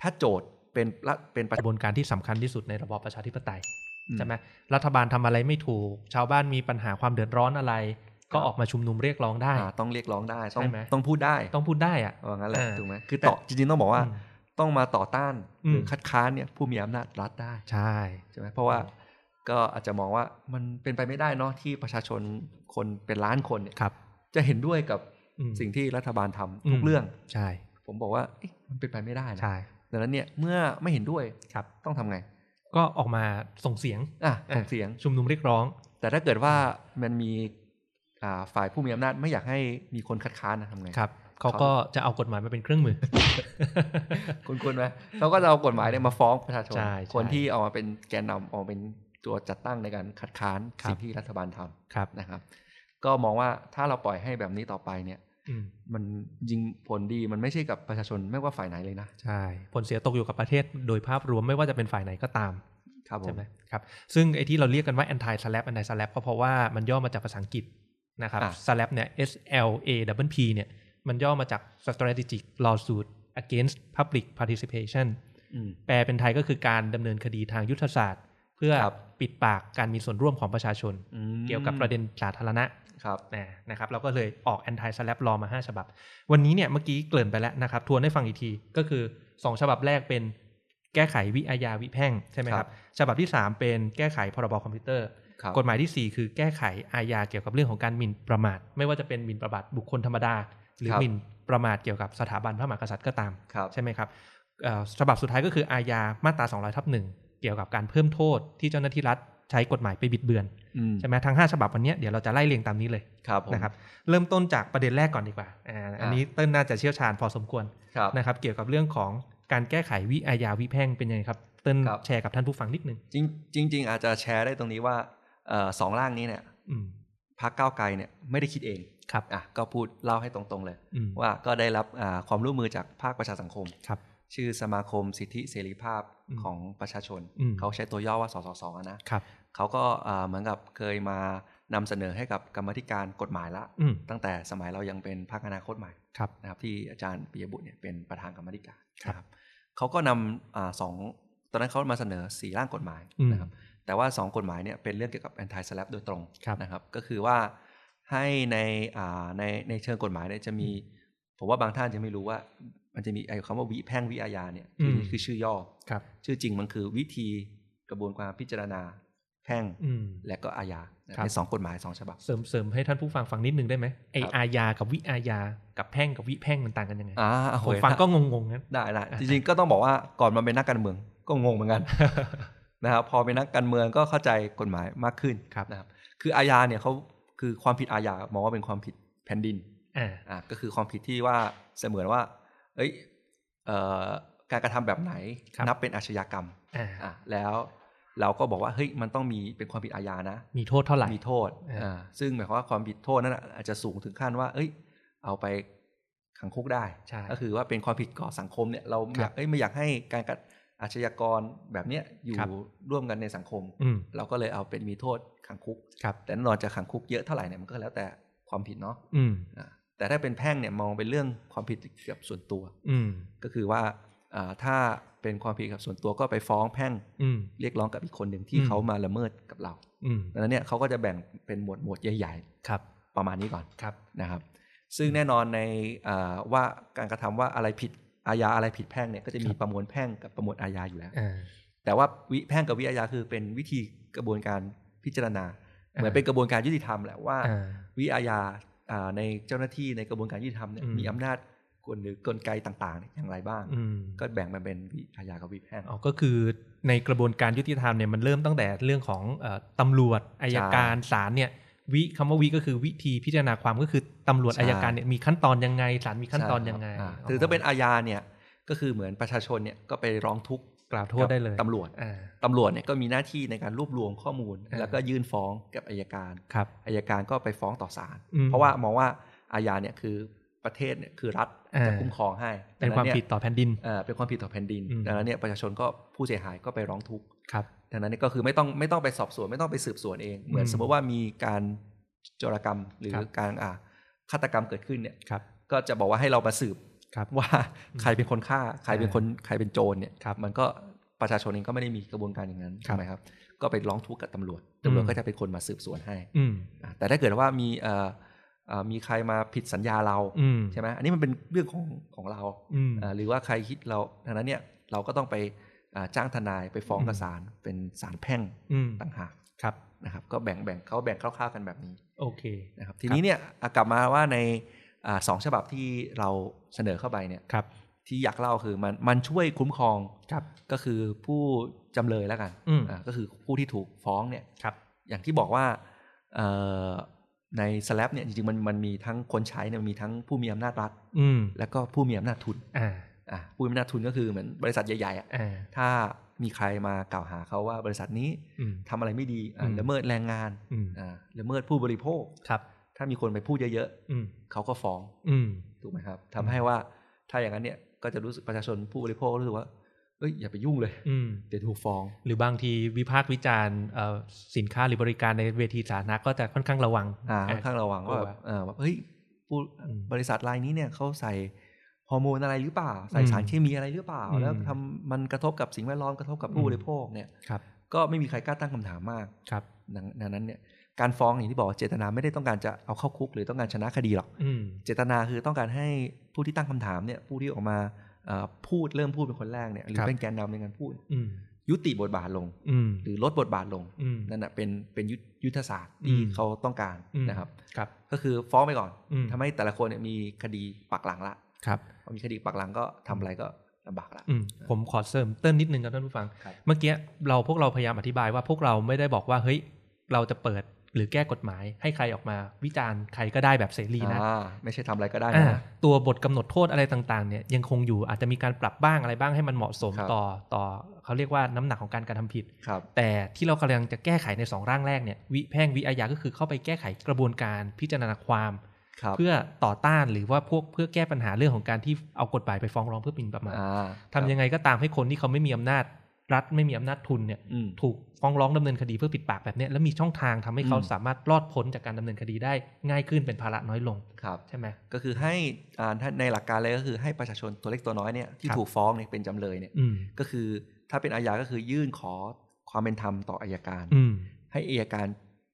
ถ้าโจทย์เป็นรัฐเป็นกประ ระบวนการที่สำคัญที่สุดในระบอบประชาธิปไตย อื ใช่ไหมรัฐบาลทำอะไรไม่ถูก ชาวบ้านมีปัญหาความเดือดร้อนอะไร ก็ออกมาชุมนุมเรียกร้องได้ อ่าต้องเรียกร้องได้ต้อง ใช่ไหม ต้องพูดได้ ต้องพูดได้อะ ว่างั้นแหละ อ่า ถูกไหมคือต่อจริงๆต้องบอกว่า อืม ต้องมาต่อต้านหรืออ ม คัดค้านเนี่ยผู้มีอำนาจรัฐได้ ใช่ ใช่ไหมเพราะว่าก็อาจจะมองว่ามันเป็นไปไม่ได้เนาะที่ประชาชนคนเป็นล้านคนเนี่ย ครับ จะเห็นด้วยกับ อืม สิ่งที่รัฐบาลทำ อื ทุ ม กเรื่อง ใช่ ผมบอกว่าเอ๊ะมันเป็นไปไม่ได้นะ ใช่ ดังนั้นเนี่ยเมื่อไม่เห็นด้วย ครับ ต้องทำไง ก็ออกมาส่งเสียง อ่ะส่งเสียง ชุมนุมเรียกร้อง แต่ถ้าเกิดว่ามันมีอ่าฝ่ายผู้มีอำนาจไม่อยากให้มีคนคัดค้านนะทำไง ครับเขาก็จะเอากฎหมายมาเป็นเครื่อง มือ คุณคุณไหมเขาก็จะเอากฎหมายเนี่ยมาฟ้องประชาชน ใช่ใช่ คนที่เอามาเป็นแกนนำเออกเป็นตัวจัดตั้งในการคัดค้าน ครับ สิ่งที่รัฐบาลทำ ครับ นะครับ ก็มองว่าถ้าเราปล่อยให้แบบนี้ต่อไปเนี่ย อืม มันยิงผลดีมันไม่ใช่กับประชาชนไม่ว่าฝ่ายไหนเลยนะ ใช่ ผลเสียตกอยู่กับประเทศโดยภาพรวมไม่ว่าจะเป็นฝ่ายไหนก็ตาม ครับผ ใช่ ม ไหมครับ ซึ่งไอ้ที่เราเรียกกันว่า anti slap anti slap ก็เพราะว่ามันย่อมาจากภาษาอังกฤษนะครับ อ่ะ slap เนี่ย S L A W P เนี่ยมันย่อมาจาก strategic lawsuit against public participation อืม แปลเป็นไทยก็คือการดำเนินคดีทางยุทธศาสตร์ เพื่อ ครับ ปิดปากการมีส่วนร่วมของประชาชน อืม เกี่ยวกับประเด็นสาธารณะ ครับ นะนะครับเราก็เลยออก anti slap law มา 5 ฉบับ วันนี้เนี่ยเมื่อกี้เกริ่นไปแล้วนะครับ ทวนให้ฟังอีกทีก็คือ 2 ฉบับแรกเป็นแก้ไขวิอาญาวิแพ่งใช่ไหมค ครั รับ บ ฉบับที่ 3 เป็นแก้ไขพรบคอมพิวเตอร์ ครับ กฎหมายทีสี่ 4 คือแก้ไขอาญาเกี่ยวกับเรื่องของการหมิ่นประมาท ไม่ว่าจะเป็นหมิ่นประมาทบุคคลธรรมดา หรือหมิ่นประมาทเกี่ยวกับสถาบันพระมหากษัตริย์ก็ตาม ครับ ใช่ไหมครับเอ่อฉบับสุดท้ายก็คืออาญามาตรา200ทับหนึ่งเกี่ยวกับการเพิ่มโทษที่เจ้าหน้าที่รัฐใช้กฎหมายไปบิดเบือน อืม ใช่ไหมทั้งห้าฉบับวันเนี้ยเดี๋ยวเราจะไล่เรียงตามนี้เลย ครับผม นะครับเริ่มต้นจากประเด็นแรกก่อนดีกว่าอ่าอัน อ่านี้ นี้เต้นน่าจะเชี่ยวชาญพอสมควร ครับ นะครับเกี่ยวกับเรื่องของการแก้ไขวิอาญาวิแพ่งเป็นยังไงครับ เต้น ครับ แชร์กับท่านผู้ฟังนิดนึง จริงจริงๆอาจจะแชร์ได้ตรงนี้ว่าเอ่อสองร่างนี้เนี่ย อืม พรรคก้าวไกลเนี่ยไม่ได้คิดเอง ครับ อ่ะก็พูดเล่าให้ตรงๆเลย อืม ว่าก็ได้รับอ่าความร่วมมือจากภาคประชาสังคม ครับ ชื่อสมาคมสิทธิเสรีภาพ อืม ของประชาชน อืม เขาใช้ตัวย่อว่าสสสอะนะครับ เขาก็อ่าเหมือนกับเคยมานำเสนอให้กับกรรมาธิการกฎหมายละ อืม ตั้งแต่สมัยเรายังเป็นพรรคอนาคตใหม่ ครับ นะครับที่อาจารย์ปิยบุตรเนี่ยเป็นประธานกรรมาธิการ ครับ นะเขาก็นำอาสองตอนนั้นเขามาเสนอสี่ร่างกฎหมาย อืม นะครับแต่ว่าสองกฎหมายเนี่ยเป็นเรื่องเกี่ยวกับ anti slap โดยตรง ครับ นะครับก็คือว่าให้ในอ่าในในเชิงกฎหมายเนี่ยจะมี ผมว่าบางท่านจะไม่รู้ว่า มันจะมีไอ้คำว่าวิแพ่งวิอาญาเนี่ยคือ ม คือชื่อย่อ ครับ ชื่อจริงมันคือวิธีกระบวนการพิจารณาแพ่ง อืม และก็อาญานะครับ เป็นสองกฎหมายสองฉบับ เสริมเสริมให้ท่านผู้ฟังฟังนิดนึงได้ไหมไอ ครับ อาญากับวิอาญากับแพ่งกับวิแพ่งมันต่างกันยังไง อ่าโอ้โห ผมฟังก็งงๆนั้น ได้ได้จริงๆก็ต้องบอกว่าก่อนมาเป็นนักการเมืองก็งงเหมือน กัน นะครับพอเป็นนักการเมืองก็เข้าใจกฎหมายมากขึ้น ครับ นะครับคืออาญาเนี่ยเขาคือความผิดอาญามองว่าเป็นความผิดแผ่นดิน อ่า อ่ะก็คือความผิดที่ว่าเสมือนว่า เอ้ยเอ่อการกระทำแบบไหนนับเป็นอาชญากรรม อ่า อ่ะแล้วเราก็บอกว่าเฮ้ยมันต้องมีเป็นความผิดอาญานะ มีโทษเท่าไหร่ มีโทษ อ่า อ่าซึ่งหมายความว่าความผิดโทษนั้นน่ะอาจจะสูงถึงขั้นว่า เอ้ย เอาไปขังคุกได้ ใช่ ก็คือว่าเป็นความผิดก่อสังคมเนี่ยเรา ค อ รั ยา บ กเอ้ยไม่อยากให้การกระอาชญากรแบบเนี้ยอยู่ ครับ ร่วมกันในสังคม อืม เราก็เลยเอาเป็นมีโทษขังคุก ครับ แต่แน่นอนจะขังคุกเยอะเท่าไหร่เนี่ยมันก็แล้วแต่ความผิดเนาะ อืม อ่าแต่ถ้าเป็นแพ่งเนี่ยมองเป็นเรื่องความผิดเกี่ยวกับส่วนตัว อืม ก็คือว่าอ่าถ้าเป็นความผิดเกี่ยวกับส่วนตัวก็ไปฟ้องแพ่ง อืม เรียกร้องกับอีกคนหนึ่งที่ อืม เขามาละเมิดกับเรา อืม ดังนั้นเนี่ยเขาก็จะแบ่งเป็นหมวดหมวดใหญ่ ครับ ๆ ประมาณนี้ก่อน ครับ นะครับ ซึ่งแน่นอนในอ่าว่าการกระทำว่าอะไรผิดอาญาอะไรผิดแพ่งเนี่ยก็จะมีประมวลแพ่งกับประมวลอาญาอยู่แล้ว อ่า แต่ว่าวิแพ่งกับวิอาญาคือเป็นวิธีกระบวนการพิจารณา เหมือนเป็นกระบวนการยุติธรรมแหละว่า อ่า วิอาญาอ่าในเจ้าหน้าที่ในกระบวนการยุติธรรมเนี่ย อืม มีอำนาจกลหรือกลไกต่างๆเนี่ยอย่างไรบ้าง อืม ก็แบ่งมาเป็นวิอาญากับวิแพ่ง อ๋อก็คือในกระบวนการยุติธรรมเนี่ยมันเริ่มตั้งแต่เรื่องของเอ่อตำรวจอายการศาลเนี่ยวิคำว่าวิก็คือวิธีพิจารณาความก็คือตำรวจ ใช่ อายการเนี่ยมีขั้นตอนยังไงศาลมีขั้นตอน ใช่ครับ ยังไง าคือถ้าเป็นอาญาเนี่ยก็คือเหมือนประชาชนเนี่ยก็ไปร้องทุกข์ กล่าวโทษได้เลย กับตำรวจ อ่า ตำรวจเนี่ยก็มีหน้าที่ในการรวบรวมข้อมูล อ่า แล้วก็ยื่นฟ้องกับอายการ ครับ อายการก็ไปฟ้องต่อศาล อืม เพราะว่ามองว่าอาญาเนี่ยคือประเทศเนี่ยคือรัฐ อ่า จะคุ้มครองให้ เป็นความผิดต่อแผ่นดิน เอ่อเป็นความผิดต่อแผ่นดิน อืม ดังนั้นเนี่ยประชาชนก็ผู้เสียหายก็ไปร้องทุกข์ ครับ ดังนั้นนี่ก็คือไม่ต้องไม่ต้องไปสอบสวนไม่ต้องไปสืบสวนเอง เหมือน อืม สมมติว่ามีการโจรกรรมหรือ ครับ การอ่าฆาตกรรมเกิดขึ้นเนี่ย ครับ ก็จะบอกว่าให้เรามาสืบ ครับ ว่าใครเป็นคนฆ่าใครเป็นคนใครเป็นโจรเนี่ย ครับ มันก็ประชาชนเองก็ไม่ได้มีกระบวนการอย่างนั้น ครับ ใช่ไหมครับ ก็ไปร้องทุกข์กับตำรวจตำรวจ อืม ก็จะเป็นคนมาสืบสวนให้ อืม อ่ะแต่ถ้าเกิดว่ามีเอ่อเอ่อมีใครมาผิดสัญญาเรา อืม ใช่ไหมอันนี้มันเป็นเรื่องของของเรา อืม อ่ะหรือว่าใครคิดเราดังนั้นเนี่ยเราก็ต้องไปอ่ะจ้างทนายไปฟ้อง อืม กับศาลเป็นศาลแพ่ง อืม ต่างหาก ครับ นะครับ ก็แบ่งแบ่งเขาแบ่งคร่าวๆกันแบบนี้ โอเค นะครับทีนี้เนี่ยอ่ะกลับมาว่าในอ่าสองฉบับที่เราเสนอเข้าไปเนี่ย ครับ ที่อยากเล่าคือมันมันช่วยคุ้มครอง ครับ ก็คือผู้จำเลยแล้วกัน อืม อ่าก็คือผู้ที่ถูกฟ้องเนี่ย ครับ อย่างที่บอกว่าเอ่อใน slap เนี่ยจริงๆมันมันมีทั้งคนใช้เนี่ยมันมีทั้งผู้มีอำนาจรัฐ อืม แล้วก็ผู้มีอำนาจทุน อ่า อ่ะผู้มีอำนาจทุนก็คือเหมือนบริษัทใหญ่ๆอ่ะ อ่า ถ้ามีใครมากล่าวหาเขาว่าบริษัทนี้ อืม ทำอะไรไม่ดีอ่ะ อืม ละเมิดแรงงาน อืม อ่ะละเมิดผู้บริโภค ครับ ถ้ามีคนไปพูดเยอะ อืม ๆเขาก็ฟ้อง อืม ถูกไหมครับทำให้ว่าถ้าอย่างนั้นเนี่ยก็จะรู้สึกประชาชนผู้บริโภคก็รู้สึกว่าเอ้ยอย่าไปยุ่งเลย อืม เดี๋ยวถูกฟ้อง หรือบางทีวิพากษ์วิจารณ์เอ่อสินค้าหรือบริการในเวทีสาธารณะก็จะค่อนข้างระวัง อ่าค่อนข้างระวังว่า ถู แบ ก บ ปะ เออว่าเฮ้ยผู้ อืม บริษัทรายนี้เนี่ยเขาใส่ฮอร์โมนอะไรหรือเปล่า ใส่ อืม สารเคมีอะไรหรือเปล่า อืม แล้วทำมันกระทบกับสิ่งแวดล้อมกระทบกับ อื ผู้ ม บริโภคเนี่ย ครับ ก็ไม่มีใครกล้าตั้งคำถามมาก ครับ ดังดังนั้นเนี่ยการฟ้องอย่างที่บอกว่าเจตนาไม่ได้ต้องการจะเอาเข้าคุก หรือต้องการชนะคดีหรอก อืม เจตนาคือต้องการให้ผู้ที่ตั้งคำถามเนี่ยผู้ที่ออกมาเอ่อพูดเริ่มพูดเป็นคนแรกเนี่ยหรื ค อ รับ เป็นแกนนำในการพูด อืม ยุติบทบาทลง อืม หรือลดบทบาทลง อืม นั่นนะเป็นเป็นยุทธยุทธศาสตร์ที่ อืม เขาต้องการ อืม นะครับ ครับ ก็คือฟ้องไปก่อน อืม ทำให้แต่ละคนเนี่ยมีคดีปักหลังละ ครับ พอมีคดีปักหลังก็ทำอะไรก็ลำบากละ อืมผมขอเสริมเติ้นนิดนึงครับท่านผู้ฟัง ครับ เมื่อกี้เราพวกเราพยายามอธิบายว่าพวกเราไม่ได้บอกว่าเฮ้ยเราจะเปิดหรือแก้กฎหมาย ให้ใครออกมาวิจารณ์ใครก็ได้แบบเสรีนะ อ่าไม่ใช่ทำอะไรก็ได้ อ่า นะ ตัวบทกำหนดโทษอะไรต่างๆเนี่ยยังคงอยู่อาจจะมีการปรับบ้างอะไรบ้างให้มันเหมาะสม ครับ ต่อต่อเขาเรียกว่าน้ำหนักของการกระทำผิด ครับ แต่ที่เรากำลังจะแก้ไขใน 2 ร่างแรกเนี่ยวิแพ่งวิอาญาก็คือเข้าไปแก้ไขกระบวนการพิจารณาความ ครับ เพื่อต่อต้านหรือว่าพวกเพื่อแก้ปัญหาเรื่องของการที่เอากฎหมายไปฟ้องร้องเพื่อหมิ่นประมาท อ่า ทำยังไงก็ตามให้คนที่เขาไม่มีอำนาจรัฐไม่มีอำนาจทุนเนี่ย อืม ถูกฟ้องร้องดำเนินคดีเพื่อปิดปากแบบเนี้ยแล้วมีช่องทางทำให้เขา อืม สามารถรอดพ้นจากการดำเนินคดีได้ง่ายขึ้นเป็นภาระน้อยลง ครับ ใช่ไหม ก็คือให้อ่าถ้าในหลักการเลยก็คือให้ประชาชนตัวเล็กตัวน้อยเนี่ยที่ ครับ ถูกฟ้องเนี่ยเป็นจำเลยเนี่ย อืม ก็คือถ้าเป็นอาญาก็คือยื่นขอความเป็นธรรมต่ออายการ อืม ให้อัยการ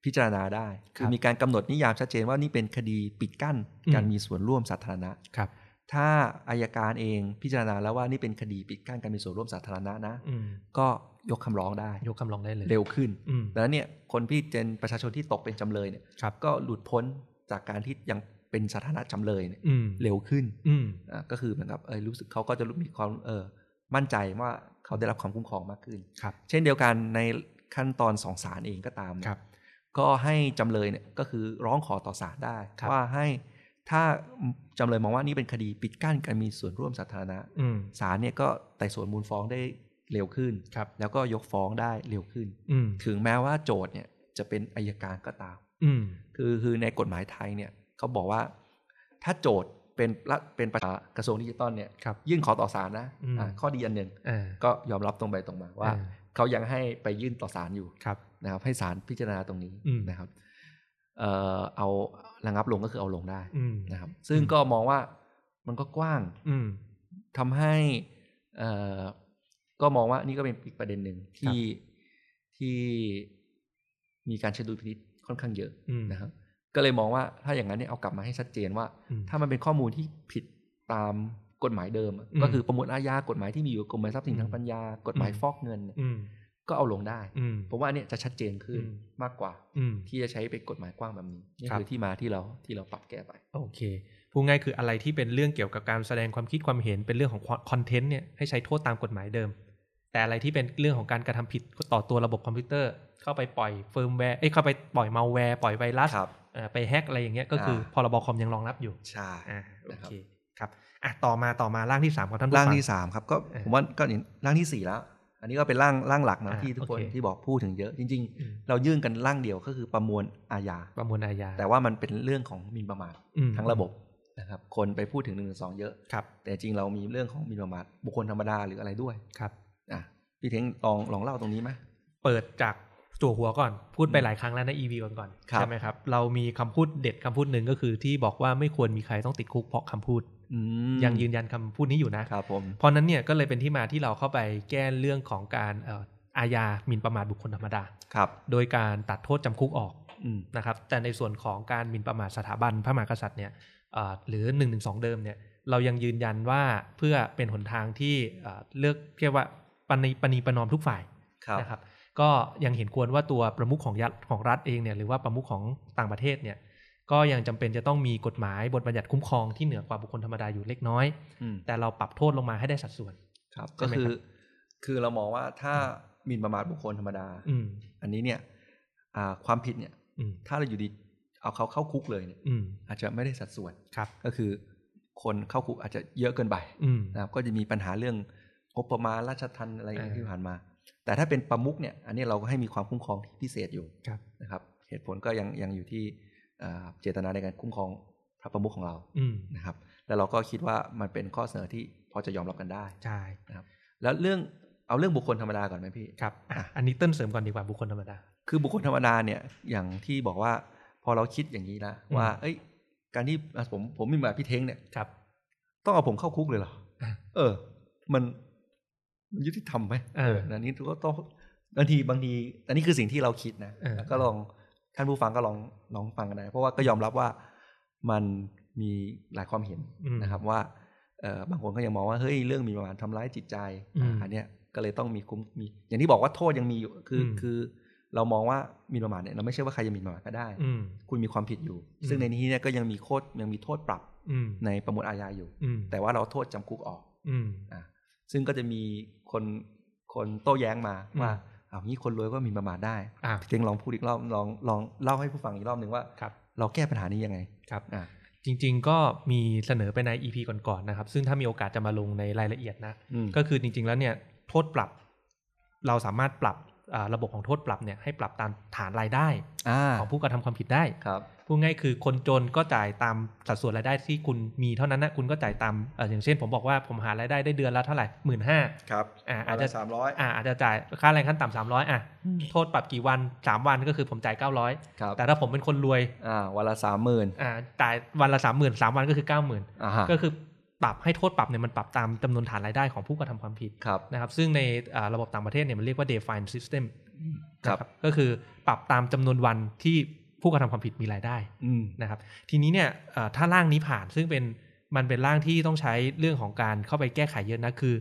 พิจารณาได้ ครับ คือมีการกำหนดนิยามชัดเจนว่านี่เป็นคดีปิดกั้น อืม การมีส่วนร่วมสาธารณะ ครับ ถ้าอายการเองพิจารณาแล้วว่านี่เป็นคดีปิดกั้นการมีส่วนร่วมสาธารณะนะ อืม ก็ยกคำร้องได้ ยกคำร้องได้เลย เร็วขึ้น อืม ดังนั้นเนี่ยคนที่เป็นประชาชนที่ตกเป็นจำเลยเนี่ย ครับ ก็หลุดพ้นจากการที่ยังเป็นสถานะจำเลยเนี่ย อืม เร็วขึ้น อืม อ่ะก็คือเหมือนกับเออรู้สึกเขาก็จะรู้มีความเออมั่นใจว่าเขาได้รับความคุ้มครองมากขึ้น ครับ เช่นเดียวกันในขั้นตอนสองศาลเองก็ตามเนี่ย ครับ ก็ให้จำเลยเนี่ยก็คือร้องขอต่อศาลได้ ครับ ว่าให้ถ้าจำเลยมองว่านี่เป็นคดีปิดกั้นการมีส่วนร่วมสาธารณะ อืม ศาลเนี่ยก็ไต่สวนมูลฟ้องได้เร็วขึ้น ครับ แล้วก็ยกฟ้องได้เร็วขึ้น อืม ถึงแม้ว่าโจทย์เนี่ยจะเป็นอายการก็ตาม อืม คือคือในกฎหมายไทยเนี่ยเขาบอกว่า ถ้าโจทย์เป็นรัฐเป็นประชากระทรวงดิจิตอลเนี่ย ครับ ยื่นขอต่อศาลนะ อืม อ่ะข้อดีอันหนึ่ง อ่า ก็ยอมรับตรงไปตรงมาว่า อ่ เขายังให้ไปยื่นต่อศาลอยู่ ครับ นะครับให้ศาลพิจารณาตรงนี้ อืม นะครับ เอ่อเอาระงับลงก็คือเอาลงได้ อืม นะครับ ซึ่งก็มองว่ามันก็กว้าง อืม ทำให้เอ่อก็มองว่านี่ก็เป็นอีกประเด็นหนึ่งที่ที่มีการใช้ดุลพินิษค่อนข้างเยอะ อืม นะครับ ก็เลยมองว่าถ้าอย่างนั้นเนี่ยเอากลับมาให้ชัดเจนว่า อืม ถ้ามันเป็นข้อมูลที่ผิดตามกฎหมายเดิมอะ อืม ก็คือประมวลอาญากฎหมายที่มีอยู่กฎหมายทรัพย์สินทางปัญญา กฎหมาย อืม ฟอกเงินเนี่ย อืม ก็เอาลงได้ อืม ผมว่าอันเนี้ยจะชัดเจนขึ้น อืม มากกว่า อืม ที่จะใช้เป็นกฎหมายกว้างแบบนี้นี่ ครับ คือที่มาที่เราที่เราปรับแก้ไป โอเค พูดง่ายคืออะไรที่เป็นเรื่องเกี่ยวกับการแสดงความคิดความเห็นเป็นเรื่องของคอนเทนต์เนี่ยให้ใช้โทษตามกฎหมายเดิม แต่อะไรที่เป็นเรื่องของการกระทำผิดต่อตัวระบบคอมพิวเตอร์ เข้าไปปล่อยเฟิร์มแวร์เอ้ยเข้าไปปล่อยมาแวร์ปล่อยไวรัสเอ่อไปแฮกอะไรอย่างเงี้ยก็คือพรบคอมยังรองรับอยู่ ใช่ อ่าโอ นะครับ เคครับอ่ะต่อมาต่อมาร่างที่3ามของท่านผู้ ร่าง ฟัง ที่สามครับก็ เออ ผมว่าก็นี่ร่างที่สี่แล้ว อันนี้ก็เป็นร่างร่างหลักนะ อ่า ที่ทุกคน โอเค ที่บอกพูดถึงเยอะ จริง อืม ๆ เรายื่นกันร่างเดียวก็คือประมวลอาญา ประมวลอาญา แต่ว่ามันเป็นเรื่องของหมินประมาท อืม ทั้งระบบนะครับคนไปพูดถึงหนึ่งสองเยอะ ครับ แต่จริงเรามีเรื่องของหมินประมาทบุคคลธรรมดาหรืออะไรด้วย ครับ อ่ะพี่เทงลองลองเล่าตรงนี้ไหม เปิดจากจั่วหัวก่อนพูดไป อืม หลายครั้งแล้วใน EV ก่อนก่อนๆ ครับ ใช่ไหมครับ เรามีคำพูดเด็ดคำพูดหนึ่งก็คือที่บอกว่าไม่ควรมีใครต้องติดคุกเพราะคำพูด อืม ยังยืนยันคำพูดนี้อยู่นะครับ ผม เพราะนั้นเนี่ยก็เลยเป็นที่มาที่เราเข้าไปแก้เรื่องของการเอ่อ อาญาหมิ่นประมาทบุคคลธรรมดา ครับ โดยการตัดโทษจำคุกออก อืม นะครับ แต่ในส่วนของการหมิ่นประมาทสถาบันพระมหากษัตริย์เนี่ยเอ่อหรือ1นึเดิมเนี่ยเรายังยืนยันว่าเพื่อเป็นหนทางที่เอ่อเลือกเรียกว่าปณีปณีประนอมทุกฝ่าย ครับ นะครับก็ยังเห็นควรว่าตัวประมุขของยัฐของรัฐเองเนี่ยหรือว่าประมุขของต่างประเทศเนี่ยก็ยังจำเป็นจะต้องมีกฎหมายบทบัญญัติคุ้มครองที่เหนือกว่าบุคคลธรรมดาอยู่เล็กน้อย อืม แต่เราปรับโทษลงมาให้ได้สัดส่วน ครับ ใช่ ก็ ไหม คื ค อ รับ คือเรามองว่าถ้าหมิ่นประมาทบุคคลธรรมดา อืม อันนี้เนี่ยอ่าความผิดเนี่ย อืม ถ้าเราอยู่ดีเอาเขาเข้าคุกเลยเนี่ย อืม อาจจะไม่ได้สัดส่วน ครับ ก็คือ คนเข้าคุกอาจจะเยอะเกินไป อืม นะครับก็จะมีปัญหาเรื่องงบประมาณราชทันอะไรอย่าง อ่า ที่ผ่านมา แต่ถ้าเป็นประมุขเนี่ยอันนี้เราก็ให้มีความคุ้มครองที่พิเศษอยู่ ครับ นะครับ เหตุผลก็ยังยังอยู่ที่อ่าเจตนาในการคุ้มครองพระประมุขของเรา อืม นะครับแล้วเราก็คิดว่ามันเป็นข้อเสนอที่พอจะยอมรับกันได้ ใช่ แล้วเรื่องเอาเรื่องบุคคลธรรมดาก่อนไหมพี่ ครับอ่ะอันนี้เต้นเสริมก่อนดีกว่าบุคคลธรรมดา คือบุคคลธรรมดาเนี่ยอย่างที่บอกว่าพอเราคิดอย่างนี้นะ อืม ว่า เอ้ย การที่อ่ะผมผมมีหมายพี่เท้งเนี่ย ครับ ต้องเอาผมเข้าคุกเลยเหรอ อ่ะ เออ มันมันยุติธรรมไหม เออ นะนี่ก็ต้องบางทีบางทีอันนี้คือสิ่งที่เราคิดนะ เออ แล้วก็ลองท่านผู้ฟังก็ลองลองฟังกันได้เพราะว่าก็ยอมรับว่ามันมีหลายความเห็น อืม นะครับว่าเอ่อบางคนก็ยังมองว่าเฮ้ยเรื่องหมีประมาณทำร้ายจิตใจ อืม อันเนี้ยก็เลยต้องมีคุ้มมีอย่างที่บอกว่าโทษยังมีอยู่คือ อืม คือเรามองว่าหมีประมาทเนี่ยเราไม่ใช่ว่าใครจะหมีประมาทก็ได้ อืม คุณมีความผิดอยู่ อืม ซึ่งในนี้เนี่ยก็ยังมีโทษยังมีโทษปรับ อืม ในประมวลอาญาอยู่ อืม แต่ว่าเราโทษจำคุกออก อืม ซึ่งก็จะมีคนคนโต้แย้งมา อืม ว่าเอางี้คนรวยก็หมีประมาทได้ อ่า พี่เต็งลองพูดอีกรอบลองลองเล่าให้ผู้ฟังอีกรอบหนึ่งว่า ครับ เราแก้ปัญหานี้ยังไง ครับ อ่า จริง ๆ ก็มีเสนอไปใน EP ก่อนๆนะครับ ซึ่งถ้ามีโอกาสจะมาลงในรายละเอียดนะ ก็คือจริงๆ แล้วเนี่ยโทษปรับ เราสามารถปรับอ่าระบบของโทษปรับเนี่ยให้ปรับตามฐานรายได้ อ่า ของผู้กระทำความผิดได้ ครับ พูดง่ายคือคนจนก็จ่ายตามสัดส่วนรายได้ที่คุณมีเท่านั้นนะคุณก็จ่ายตามเอ่ออย่างเช่น ผมบอกว่าผมหารายได้ได้เดือนละเท่าไหร่หมื่นห้า ครับ อ่า อา อา จ จ จะ จะ สามร้อย อ่าอาจจะจ่ายค่าแรงขั้นต่ำสามร้อยอ่ะโทษปรับกี่วันสามวันก็คือผมจ่ายเก้าร้อย ครับ แต่ถ้าผมเป็นคนรวย อ่าวันละสามหมื่น อ่าจ่ายวันละสามหมื่นสามวันก็คือเก้าหมื่น อ่าฮะ ก็คือปรับให้โทษปรับเนี่ยมันปรับตามจำนวนฐานรายได้ของผู้กระทำความผิด ครับ นะครับซึ่งในอ่าระบบต่างประเทศเนี่ยมันเรียกว่า define system ครับ นะก็คือปรับตามจำนวนวันที่ผู้กระทำความผิดมีรายได้ อืม นะครับทีนี้เนี่ยเอ่อถ้าร่างนี้ผ่านซึ่งเป็นมันเป็นร่างที่ต้องใช้เรื่องของการเข้าไปแก้ไขเยอะนะคือ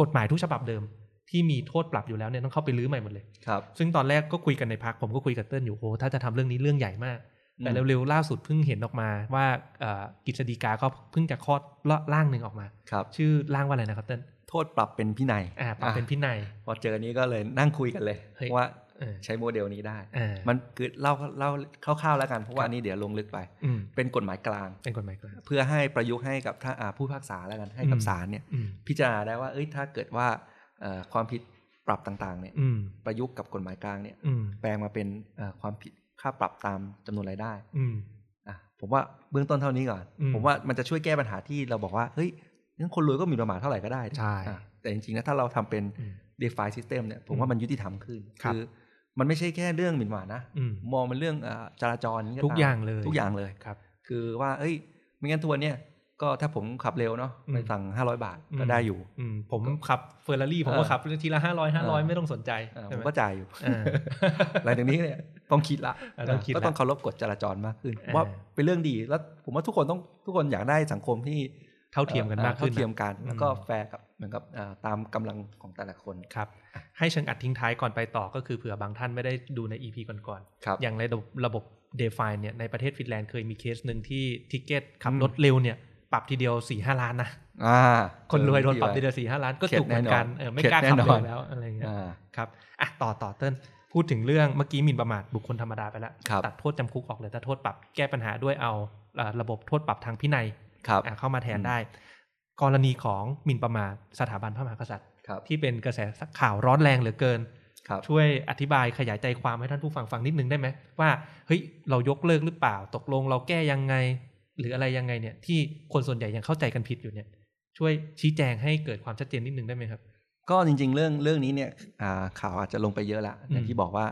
กฎหมายทุกฉบับเดิมที่มีโทษปรับอยู่แล้วเนี่ยต้องเข้าไปรื้อใหม่หมดเลย ครับ ซึ่งตอนแรกก็คุยกันในพักผมก็คุยกับเติ้ลอยู่โอ้ถ้าจะทำเรื่องนี้เรื่องใหญ่มาก แต่เร็วๆล่าสุดเพิ่งเห็นออกมาว่าเอ่อกฤษฎีกาก็เพิ่งจะคลอดร่างหนึ่งออกมา ครับ ชื่อร่างว่าอะไรนะครับเติ้ล โทษปรับเป็นพินัย อ่าปรับเป็นพินัย พอเจอนี้ก็เลยนั่งคุยกันเลย เฮ้ย ว่า เออ ใช้โมเดลนี้ได้ อ่า มันคือเล่าเล่าคร่าวๆแล้วกัน เพราะว่าอันนี้เดี๋ยวลงลึกไป อืม เป็นกฎหมายกลาง เป็นกฎหมายกลาง เพื่อให้ประยุกต์ให้กับถ้าอ่าผู้พิพากษาแล้วกันให้กับ อืม ศาลเนี่ย อืม พิจารณาได้ว่าเอ้ยถ้าเกิดว่าเอ่อความผิดปรับต่างๆเนี่ย อืม ประยุกต์กับกฎหมายกลางเนี่ย อืม แปลงมาเป็นเอ่อความผิดค่าปรับตามจำนวนรายได้ อืม อ่ะผมว่าเบื้องต้นเท่านี้ก่อน อืม ผมว่ามันจะช่วยแก้ปัญหาที่เราบอกว่าเฮ้ยงั้นคนรวยก็หมีประมาทเท่าไหร่ก็ได้ ใช่ อ่ะแต่จริงๆนะถ้าเราทำเป็น อืม DeFi System เนี่ยผมว่ามันยุติธรรมขึ้น ครับ มันไม่ใช่แค่เรื่องหมิ่นประมาทนะ อืม มองเป็นเรื่องเอ่อจราจรนี่ ทุก ตม อย่างเลย ทุกอย่างเลย ครับ คือว่าเอ้ยไม่งั้นทัวร์เนี่ยก็ถ้าผมขับเร็วเนาะ อืม ไปสั่ง500 บาท อืม ก็ได้อยู่ อืมผมขับเฟอร์รารี่ผมก็ เออ ขับทีละห้าร้อยห้า เอ ร้อย อ ไม่ต้องสนใจ อ่าผ ใช่ ม ไหม ก็จ่ายอยู่ เออ หลังจากนี้เนี่ยต้องคิดละ เออต้องคิดละ ก็ต้องเคารพกฎจราจรมากขึ้น เออ ว่าเป็นเรื่องดีแล้วผมว่าทุกคนต้องทุกคนอยากได้สังคมที่ เท่าเทียมกันมากขึ้น เท่าเทียม นะ กัน อืม แล้วก็แฟร์กับเหมือนกับเอ่อตามกำลังของแต่ละคน ครับ ให้เชิงอัดทิ้งท้ายก่อนไปต่อก็คือเผื่อบางท่านไม่ได้ดูใน EP ก่อน ครับ ๆ อย่างในระบบระบบ d e f i เนี่ยในประเทศฟินแลนด์เคยมีเคสหนึ่งที่ทิกเก็ตขับ อืม รถเร็วเนี่ยปรับทีเดียว4ี่ห้าล้านนะ อ่า คนรวยโดน เจอ ปรับที ที่ เดียไว้วสี่ห้าล้านก็ เข็ด จุกเหมือนกัน แน่นอน เออไม่กล้า เข็ด ขับ แน่น เร็ อน วแล้วอะไรอย่างเงี้ย อ่า ครับ อ่ะ ต่อ ต่อ เติ้ลพูดถึงเรื่องเมื่อกี้หมิ่นประมาทบุคคลธรรมดาไปแล้ว ครับ ตัดโทษจำคุกออกเหลยแต่โทษปรับแก้ปัญหาด้วยเอาเอ่อระบบโทษปรับทางพินัย ครับ อ่ะเข้ามาแทนได้ กรณีของหมิ่นประมาทสถาบันพระมหากษัตริย์ ครับ ที่เป็นกระแสข่าวร้อนแรงเหลือเกิน ครับ ช่วยอธิบายขยายใจความให้ท่านผู้ฟังฟังนิดนึงได้ไหมว่าเฮ้ยเรายกเลิกหรือเปล่า ตกลงเราแก้ยังไง หรืออะไรยังไงเนี่ย ที่คนส่วนใหญ่ยังเข้าใจกันผิดอยู่เนี่ย ช่วยชี้แจงให้เกิดความชัดเจนนิดนึงได้ไหมครับ ก็จริง ๆ เรื่องเรื่องนี้เนี่ยอ่าข่าวอาจจะลงไปเยอะละ อืม อย่างที่บอกว่า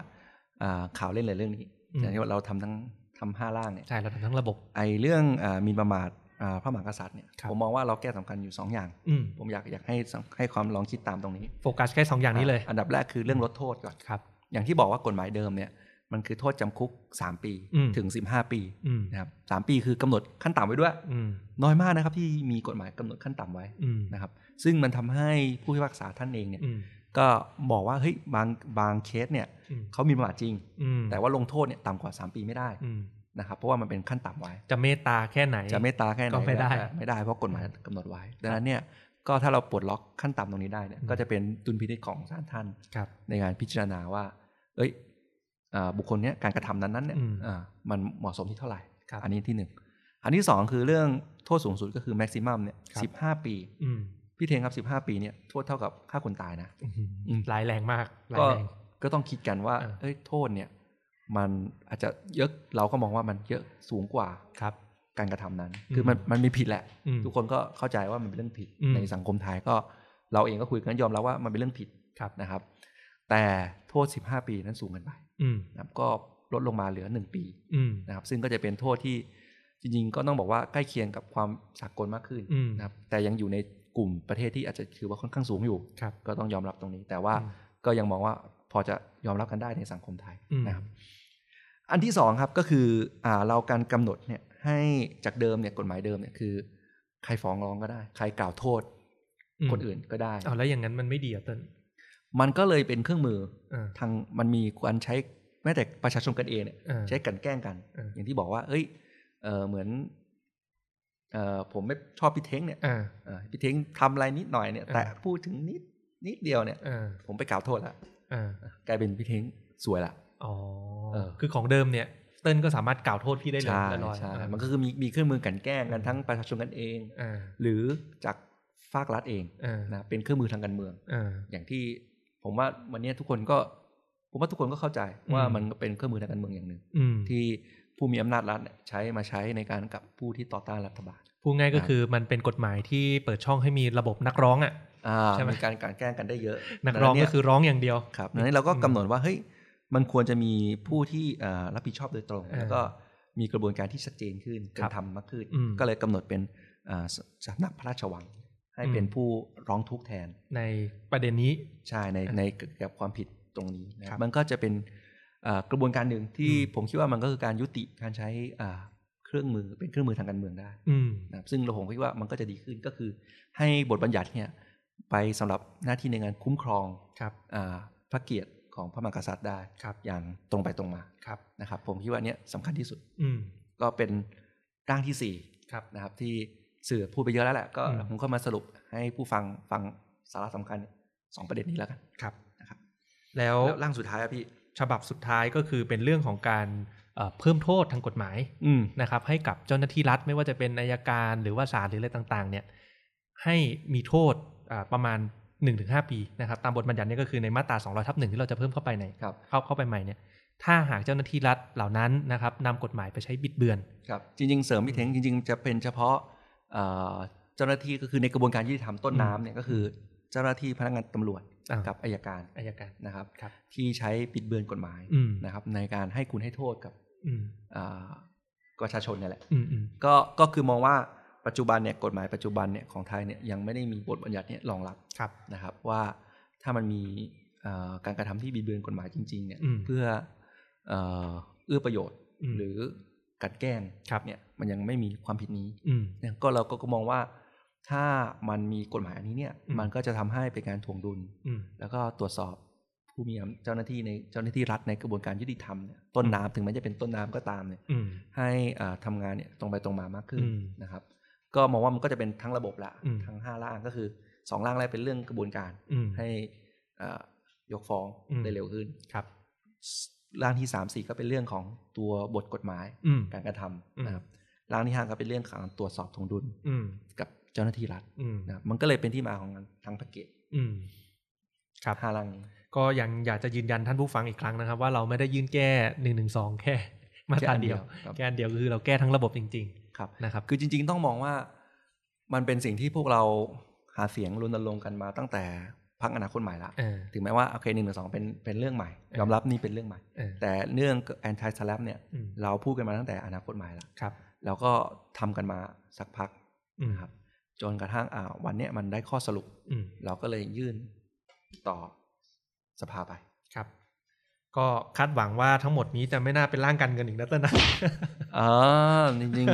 อ่าข่าวเล่นเลยเรื่องนี้ อืม อย่างที่ว่าเราทำทั้งทำห้าร่างเนี่ย ใช่เราทำทั้งระบบ ไอเรื่องอ่าหมีประมาท อ่าพระมหากษัตริย์เนี่ย ครับ ผมมองว่าเราแก้สำคัญอยู่สองอย่าง อืม ผมอยากอยากให้สังให้ความลองคิดตามตรงนี้ โฟกัสแค่สองอย่างนี้เลย อันดับแรกคือเรื่องลดโทษก่อน ครับ อย่างที่บอกว่ากฎหมายเดิมเนี่ยมันคือโทษจำคุก 3 ปี อืม ถึง 15 ปี อืม นะครับสามปีคือกำหนดขั้นต่ำไว้ด้วย อืม น้อยมากนะครับที่มีกฎหมายกำหนดขั้นต่ำไว้ อืม นะครับซึ่งมันทำให้ผู้พิพากษาท่านเองเนี่ย อืม ก็บอกว่าเฮ้ยบางบางเคสเนี่ย อืม เขามีประมาทจริง อืม แต่ว่าลงโทษเนี่ยต่ำกว่า 3 ปีไม่ได้ อืม นะครับเพราะว่ามันเป็นขั้นต่ำไว้ จะเมตตาแค่ไหน จะเมตตาแค่ไหน ก็ไม่ได้ แต่ไม่ได้เพราะกฎหมายกำหนดไว้ดังนั้นเนี่ยก็ถ้าเราปลดล็อกขั้นต่ำตรงนี้ได้เนี่ย อืม ก็จะเป็นดุลพินิจของศาลท่าน ครับ ในการพิจารณาว่า เอ้ยอ่าบุคคลเนี้ยการกระทำนั้นนั้นๆเนี่ย อืม อ่ามันเหมาะสมที่เท่าไหร่ ครับ อันนี้ที่หนึ่ง อันที่สองคือเรื่องโทษสูงสุดก็คือแม็กซิมัมเนี่ย ครับ สิบห้าปี อืม พี่เทงครับสิบห้าปีเนี่ยโทษเท่ากับฆ่าคนตายนะ อื้อหืออ ม ร้ายแรงมากร้าย ก็ แรง ก็ต้องคิดกันว่า อ่า เอ้ยโทษเนี่ย มันอาจจะเยอะเราก็มองว่ามันเยอะสูงกว่า ครับ การกระทำนั้น อืม คือมันมันมีผิดแหละ อืม ทุกคนก็เข้าใจว่ามันเป็นเรื่องผิด อืม ในสังคมไทยก็เราเองก็คุยกันยอมรับว่ามันเป็นเรื่องผิด ครับ นะครับ แต่โทษ 15 ปีนั้นสูงเกินไป อืม นะครับก็ลดลงมาเหลือ 1 ปี อืม นะครับ ซึ่งก็จะเป็นโทษที่จริงๆ ก็ต้องบอกว่าใกล้เคียงกับความสากลมากขึ้น อืม นะครับแต่ยังอยู่ในกลุ่มประเทศที่อาจจะถือว่าค่อนข้างสูงอยู่ ครับ ก็ต้องยอมรับตรงนี้ แต่ว่า อืม ก็ยังมองว่าพอจะยอมรับกันได้ในสังคมไทย อืม นะครับ อันที่สองครับก็คืออ่าเราการกำหนดเนี่ยให้จากเดิมเนี่ยกฎหมายเดิมเนี่ยคือ ใครฟ้องร้องก็ได้ ใครกล่าวโทษ ม คนอื่นก็ได้ เอาแล้วอย่างนั้นมันไม่ดีอ่ะเติ้ล มันก็เลยเป็นเครื่องมือ เออ ทางมันมีการใช้แม้แต่ประชาชนกันเองเนี่ย เออ ใช้กลันแกล้งกัน เออ อ อ ย่างที่บอกว่า เอ้ยเออเหมือนเออผมไม่ชอบพี่เท้งเนี่ย อ่า เออพี่เท้งทำอะไรนิดหน่อยเนี่ย เออ แต่พูดถึงนิดนิดเดียวเนี่ย อ่า ผมไปกล่าวโทษละ อ่าก ลายเป็นพี่เท้งสวยละ อ๋อ เออ คือของเดิมเนี่ย เติ้ลก็สามารถกล่าวโทษพี่ได้เลย ใช่ ลอยๆ ใช่ อ่า มันก็คือมีมีเครื่องมือกลันแกล้งกันทั้งประชาชนกันเอง อ่า หรือจากภาครัฐเอง อ่า นะเป็นเครื่องมือทางการเมือง อ่า อย่างที่ผมว่าวันนี้ทุกคนก็ผมว่าทุกคนก็เข้าใจว่า อืม มันก็เป็นเครื่องมือทางการเมืองอย่างหนึ่ง อืม ที่ผู้มีอำนาจรัฐเนี่ยใช้มาใช้ในการกับผู้ที่ต่อต้านรัฐบาล พูดง่ายก็ อ่า คือมันเป็นกฎหมายที่เปิดช่องให้มีระบบนักร้องอ่ะ อ่า ใช่ไหม มีการกลันแกล้งกันได้เยอะ นักร้อง ดั ก็คือร้องอย่างเดียว ครับดังนั้นเราก็กำหนดว่าเฮ้ยมันควรจะมีผู้ที่เอ่อรับผิดชอบโดยตรง อ่า แล้วก็มีกระบวนการที่ชัดเจนขึ้น ค กา รั ร บ ทำมากขึ้น อืม ก็เลยกำหนดเป็นอ่าสสำนักพระราชวัง ให้ อืม เป็นผู้ร้องทุกข์แทน ในประเด็นนี้ ใช่ใน อ่ะ ในเกี่ยวกับความผิดตรงนี้นะครับ มันก็จะเป็นเอ่อกระบวนการหนึ่งที่ อืม ผมคิดว่ามันก็คือการยุติการใช้อ่าเครื่องมือเป็นเครื่องมือทางการเมืองได้ อืม นะครับซึ่งเราผมคิดว่ามันก็จะดีขึ้นก็คือ ให้บทบัญญัติเนี่ยไปสำหรับหน้าที่ในงานคุ้มครอง ครับ อ่าพระเกียรติของพระมหากษัตริย์ได้ ครับ อย่างตรงไปตรงมา ครับ นะครับ ผมคิดว่าอันเนี้ยสำคัญที่สุด อืม ก็เป็นร่างที่สี่ ครับ นะครับที่สื่อพูดไปเยอะแล้วแหละก็ อืม ผมก็มาสรุปให้ผู้ฟังฟังสาระสำคัญสองประเด็นนี้แล้วกัน ครับ นะครับ แล้ว แล้วร่างสุดท้ายอะพี่ ฉบับสุดท้ายก็คือเป็นเรื่องของการเอ่อเพิ่มโทษทางกฎหมาย อืม นะครับให้กับเจ้าหน้าที่รัฐไม่ว่าจะเป็นอายการหรือว่าศาลหรืออะไรต่างๆ เนี่ยให้มีโทษอ่าประมาณ 1-5 ปีนะครับตามบทบัญญัติเนี่ยก็คือในมาตรา 200ทับหนึ่งที่เราจะเพิ่มเข้าไปใน ครับ เข้าเข้าไปใหม่เนี่ยถ้าหากเจ้าหน้าที่รัฐเหล่านั้นนะครับนำกฎหมายไปใช้บิดเบือน ครับ จริง ๆ เสริมพี่เทงจริง ๆ จะเป็นเฉพาะเอ่อเจ้าหน้าที่ก็คือในกระบวนการยุติธรรมต้นน้ำเนี่ยก็คือเจ้าหน้าที่พนักงานตำรวจ อ่ากั กับอายการ อายการ นะครับ ครับ ที่ใช้ปิดเบือนกฎหมาย อืม นะครับในการให้คุณให้โทษกับ อืม อ่าประชาชนเนี่ยแหละ อืมอืม ก็ก็คือมองว่าปัจจุบันเนี่ยกฎหมายปัจจุบันเนี่ยของไทยเนี่ยยังไม่ได้มีบทบัญญัติเนี่ยรองรับ ครับ นะครับว่าถ้ามันมีเอ่อการกระทำที่บิดเบือนกฎหมายจริงๆเนี่ย อืม เพื่อเอ่อเอื้อประโยชน์ ม หรือกลันแกล้ง ครับ เนี่ยมันยังไม่มีความผิดนี้ อืม เนี่ยก็เราก็ก็มองว่าถ้ามันมีกฎหมายอันนี้เนี่ย อืม มันก็จะทำให้เป็นการถ่วงดุล อืม แล้วก็ตรวจสอบผู้มีอำเจ้าหน้าที่ในเจ้าหน้าที่รัฐในกระบวนการยุติธรรมเนี่ยต้น อืม น้ำถึงแม้จะเป็นต้นน้ำก็ตามเนี่ย อืม ให้อ่าทำางานเนี่ยตรงไปตรงมามากขึ้น อืม นะครับ ก็มองว่ามันก็จะเป็นทั้งระบบละ อืม ทั้งห้าร่างก็คือสองร่างแรกเป็นเรื่องกระบวนการ อืม ให้อ่ายกฟ้อง อืม ได้เร็วขึ้น ครับ ร่างที่สามสี่ก็เป็นเรื่องของตัวบทกฎหมาย อืม การกระท อืม ำนะครับร่างที่ห้าก็เป็นเรื่องของตรวจสอบทวงดุล อืม กับเจ้าหน้าที่รัฐ อืม นะครับมันก็เลยเป็นที่มาของทั้งแพ็กเกจ อืมครับ ห้าร่างนี้ ก็ยังอยากจะยืนยันท่านผู้ฟังอีกครั้งนะครับ ว่าเราไม่ได้ยื่นแก้หนึ่งหนึ่งสองแค่มาตราเดียว ครับ แก้อันเดียวคือเราแก้ทั้งระบบจริง ครับ ๆ นะครับ คือจริง ๆ ต้องมองว่ามันเป็นสิ่งที่พวกเราหาเสียงรณรงค์กันมาตั้งแต่พักอนาคตใหม่ละ เออ ถึงแม้ว่าโอเคหนึ่งหรือสองเป็นเป็นเรื่องใหม่ เออ ยอมรับนี่เป็นเรื่องใหม่ เออ แต่เรื่องแอนตี้สลับเนี่ย อืม เราพูดกันมาตั้งแต่อนาคตใหม่ละ ครับ แล้วก็ทำกันมาสักพัก อืม นะครับจนกระทั่งอ่าวันเนี้ยมันได้ข้อสรุป อืม เราก็เลยยื่นต่อสภาไป ครับ ก็คาดหวังว่าทั้งหมดนี้จะไม่น่าเป็นร่างการเงินอีกนะเต้ นนะ อ๋อจริง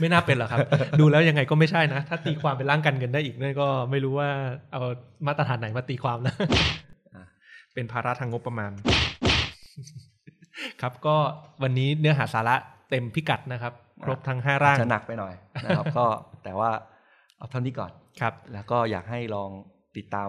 ไม่น่าเป็นหรอกครับ ดูแล้วยังไงก็ไม่ใช่นะ ถ้าตีความเป็นร่างการเงินได้อีกนั่นก็ไม่รู้ว่าเอามาตรฐานไหนมาตีความนะ อ่ะ เป็นภาระทางงบประมาณ ครับก็วันนี้เนื้อหาสาระเต็มพิกัดนะครับ ครบทั้งห้า ๆ ร่าง จะหนักไปหน่อย นะครับ ก็แต่ว่าเอาเท่านี้ก่อน ครับ แล้วก็อยากให้ลองติดตาม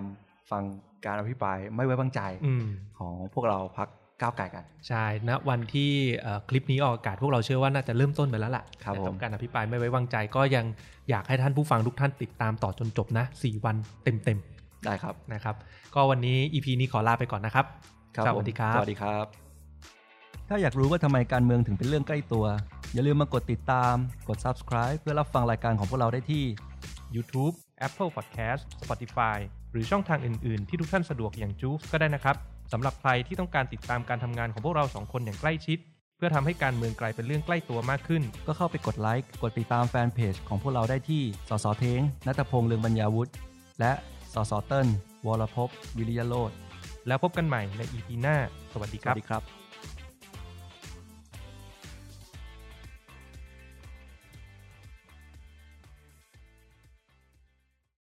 ฟังการอภิปรายไม่ไว้วางใจ อืม ของพวกเราพักก้าวไกลกัน ใช่ณวันที่เอ่อคลิปนี้ออกอากาศพวกเราเชื่อว่าน่าจะเริ่มต้นไปแล้วล่ะ ครับ นะกั ผม การอภิปรายไม่ไว้วางใจก็ยังอยากให้ท่านผู้ฟังทุกท่านติดตามต่อจนจบนะสี่วันเต็ม ได้ครับ ๆนะครับ ก็วันนี้ EP นี้ขอลาไปก่อนนะครับ ครับ ส ผม วัสดีครับ สวัสดีครับ ถ้าอยากรู้ว่าทำไมการเมืองถึงเป็นเรื่องใกล้ตัว อย่าลืมมากดติดตาม กด subscribe เพื่อรับฟังรายการของพวกเราได้ที่ YouTube Apple Podcast Spotify หรือช่องทางอื่น ๆ ที่ทุกท่านสะดวกอย่างจูฟก็ได้นะครับสำหรับใครที่ต้องการติดตามการทำงานของพวกเราสองคนอย่างใกล้ชิด เพื่อทำให้การเมืองกลายเป็นเรื่องใกล้ตัวมากขึ้น ก็เข้าไปกดไลค์ กดติดตามแฟนเพจของพวกเราได้ที่ สสเทงนัตพงษ์เลืองบรรยาวุฒิ และ สสเติ้ลวรภพวิริยโรธ แล้วพบกันใหม่ใน EP หน้า สวัสดี ส ค วั รั ส บ ดีครับ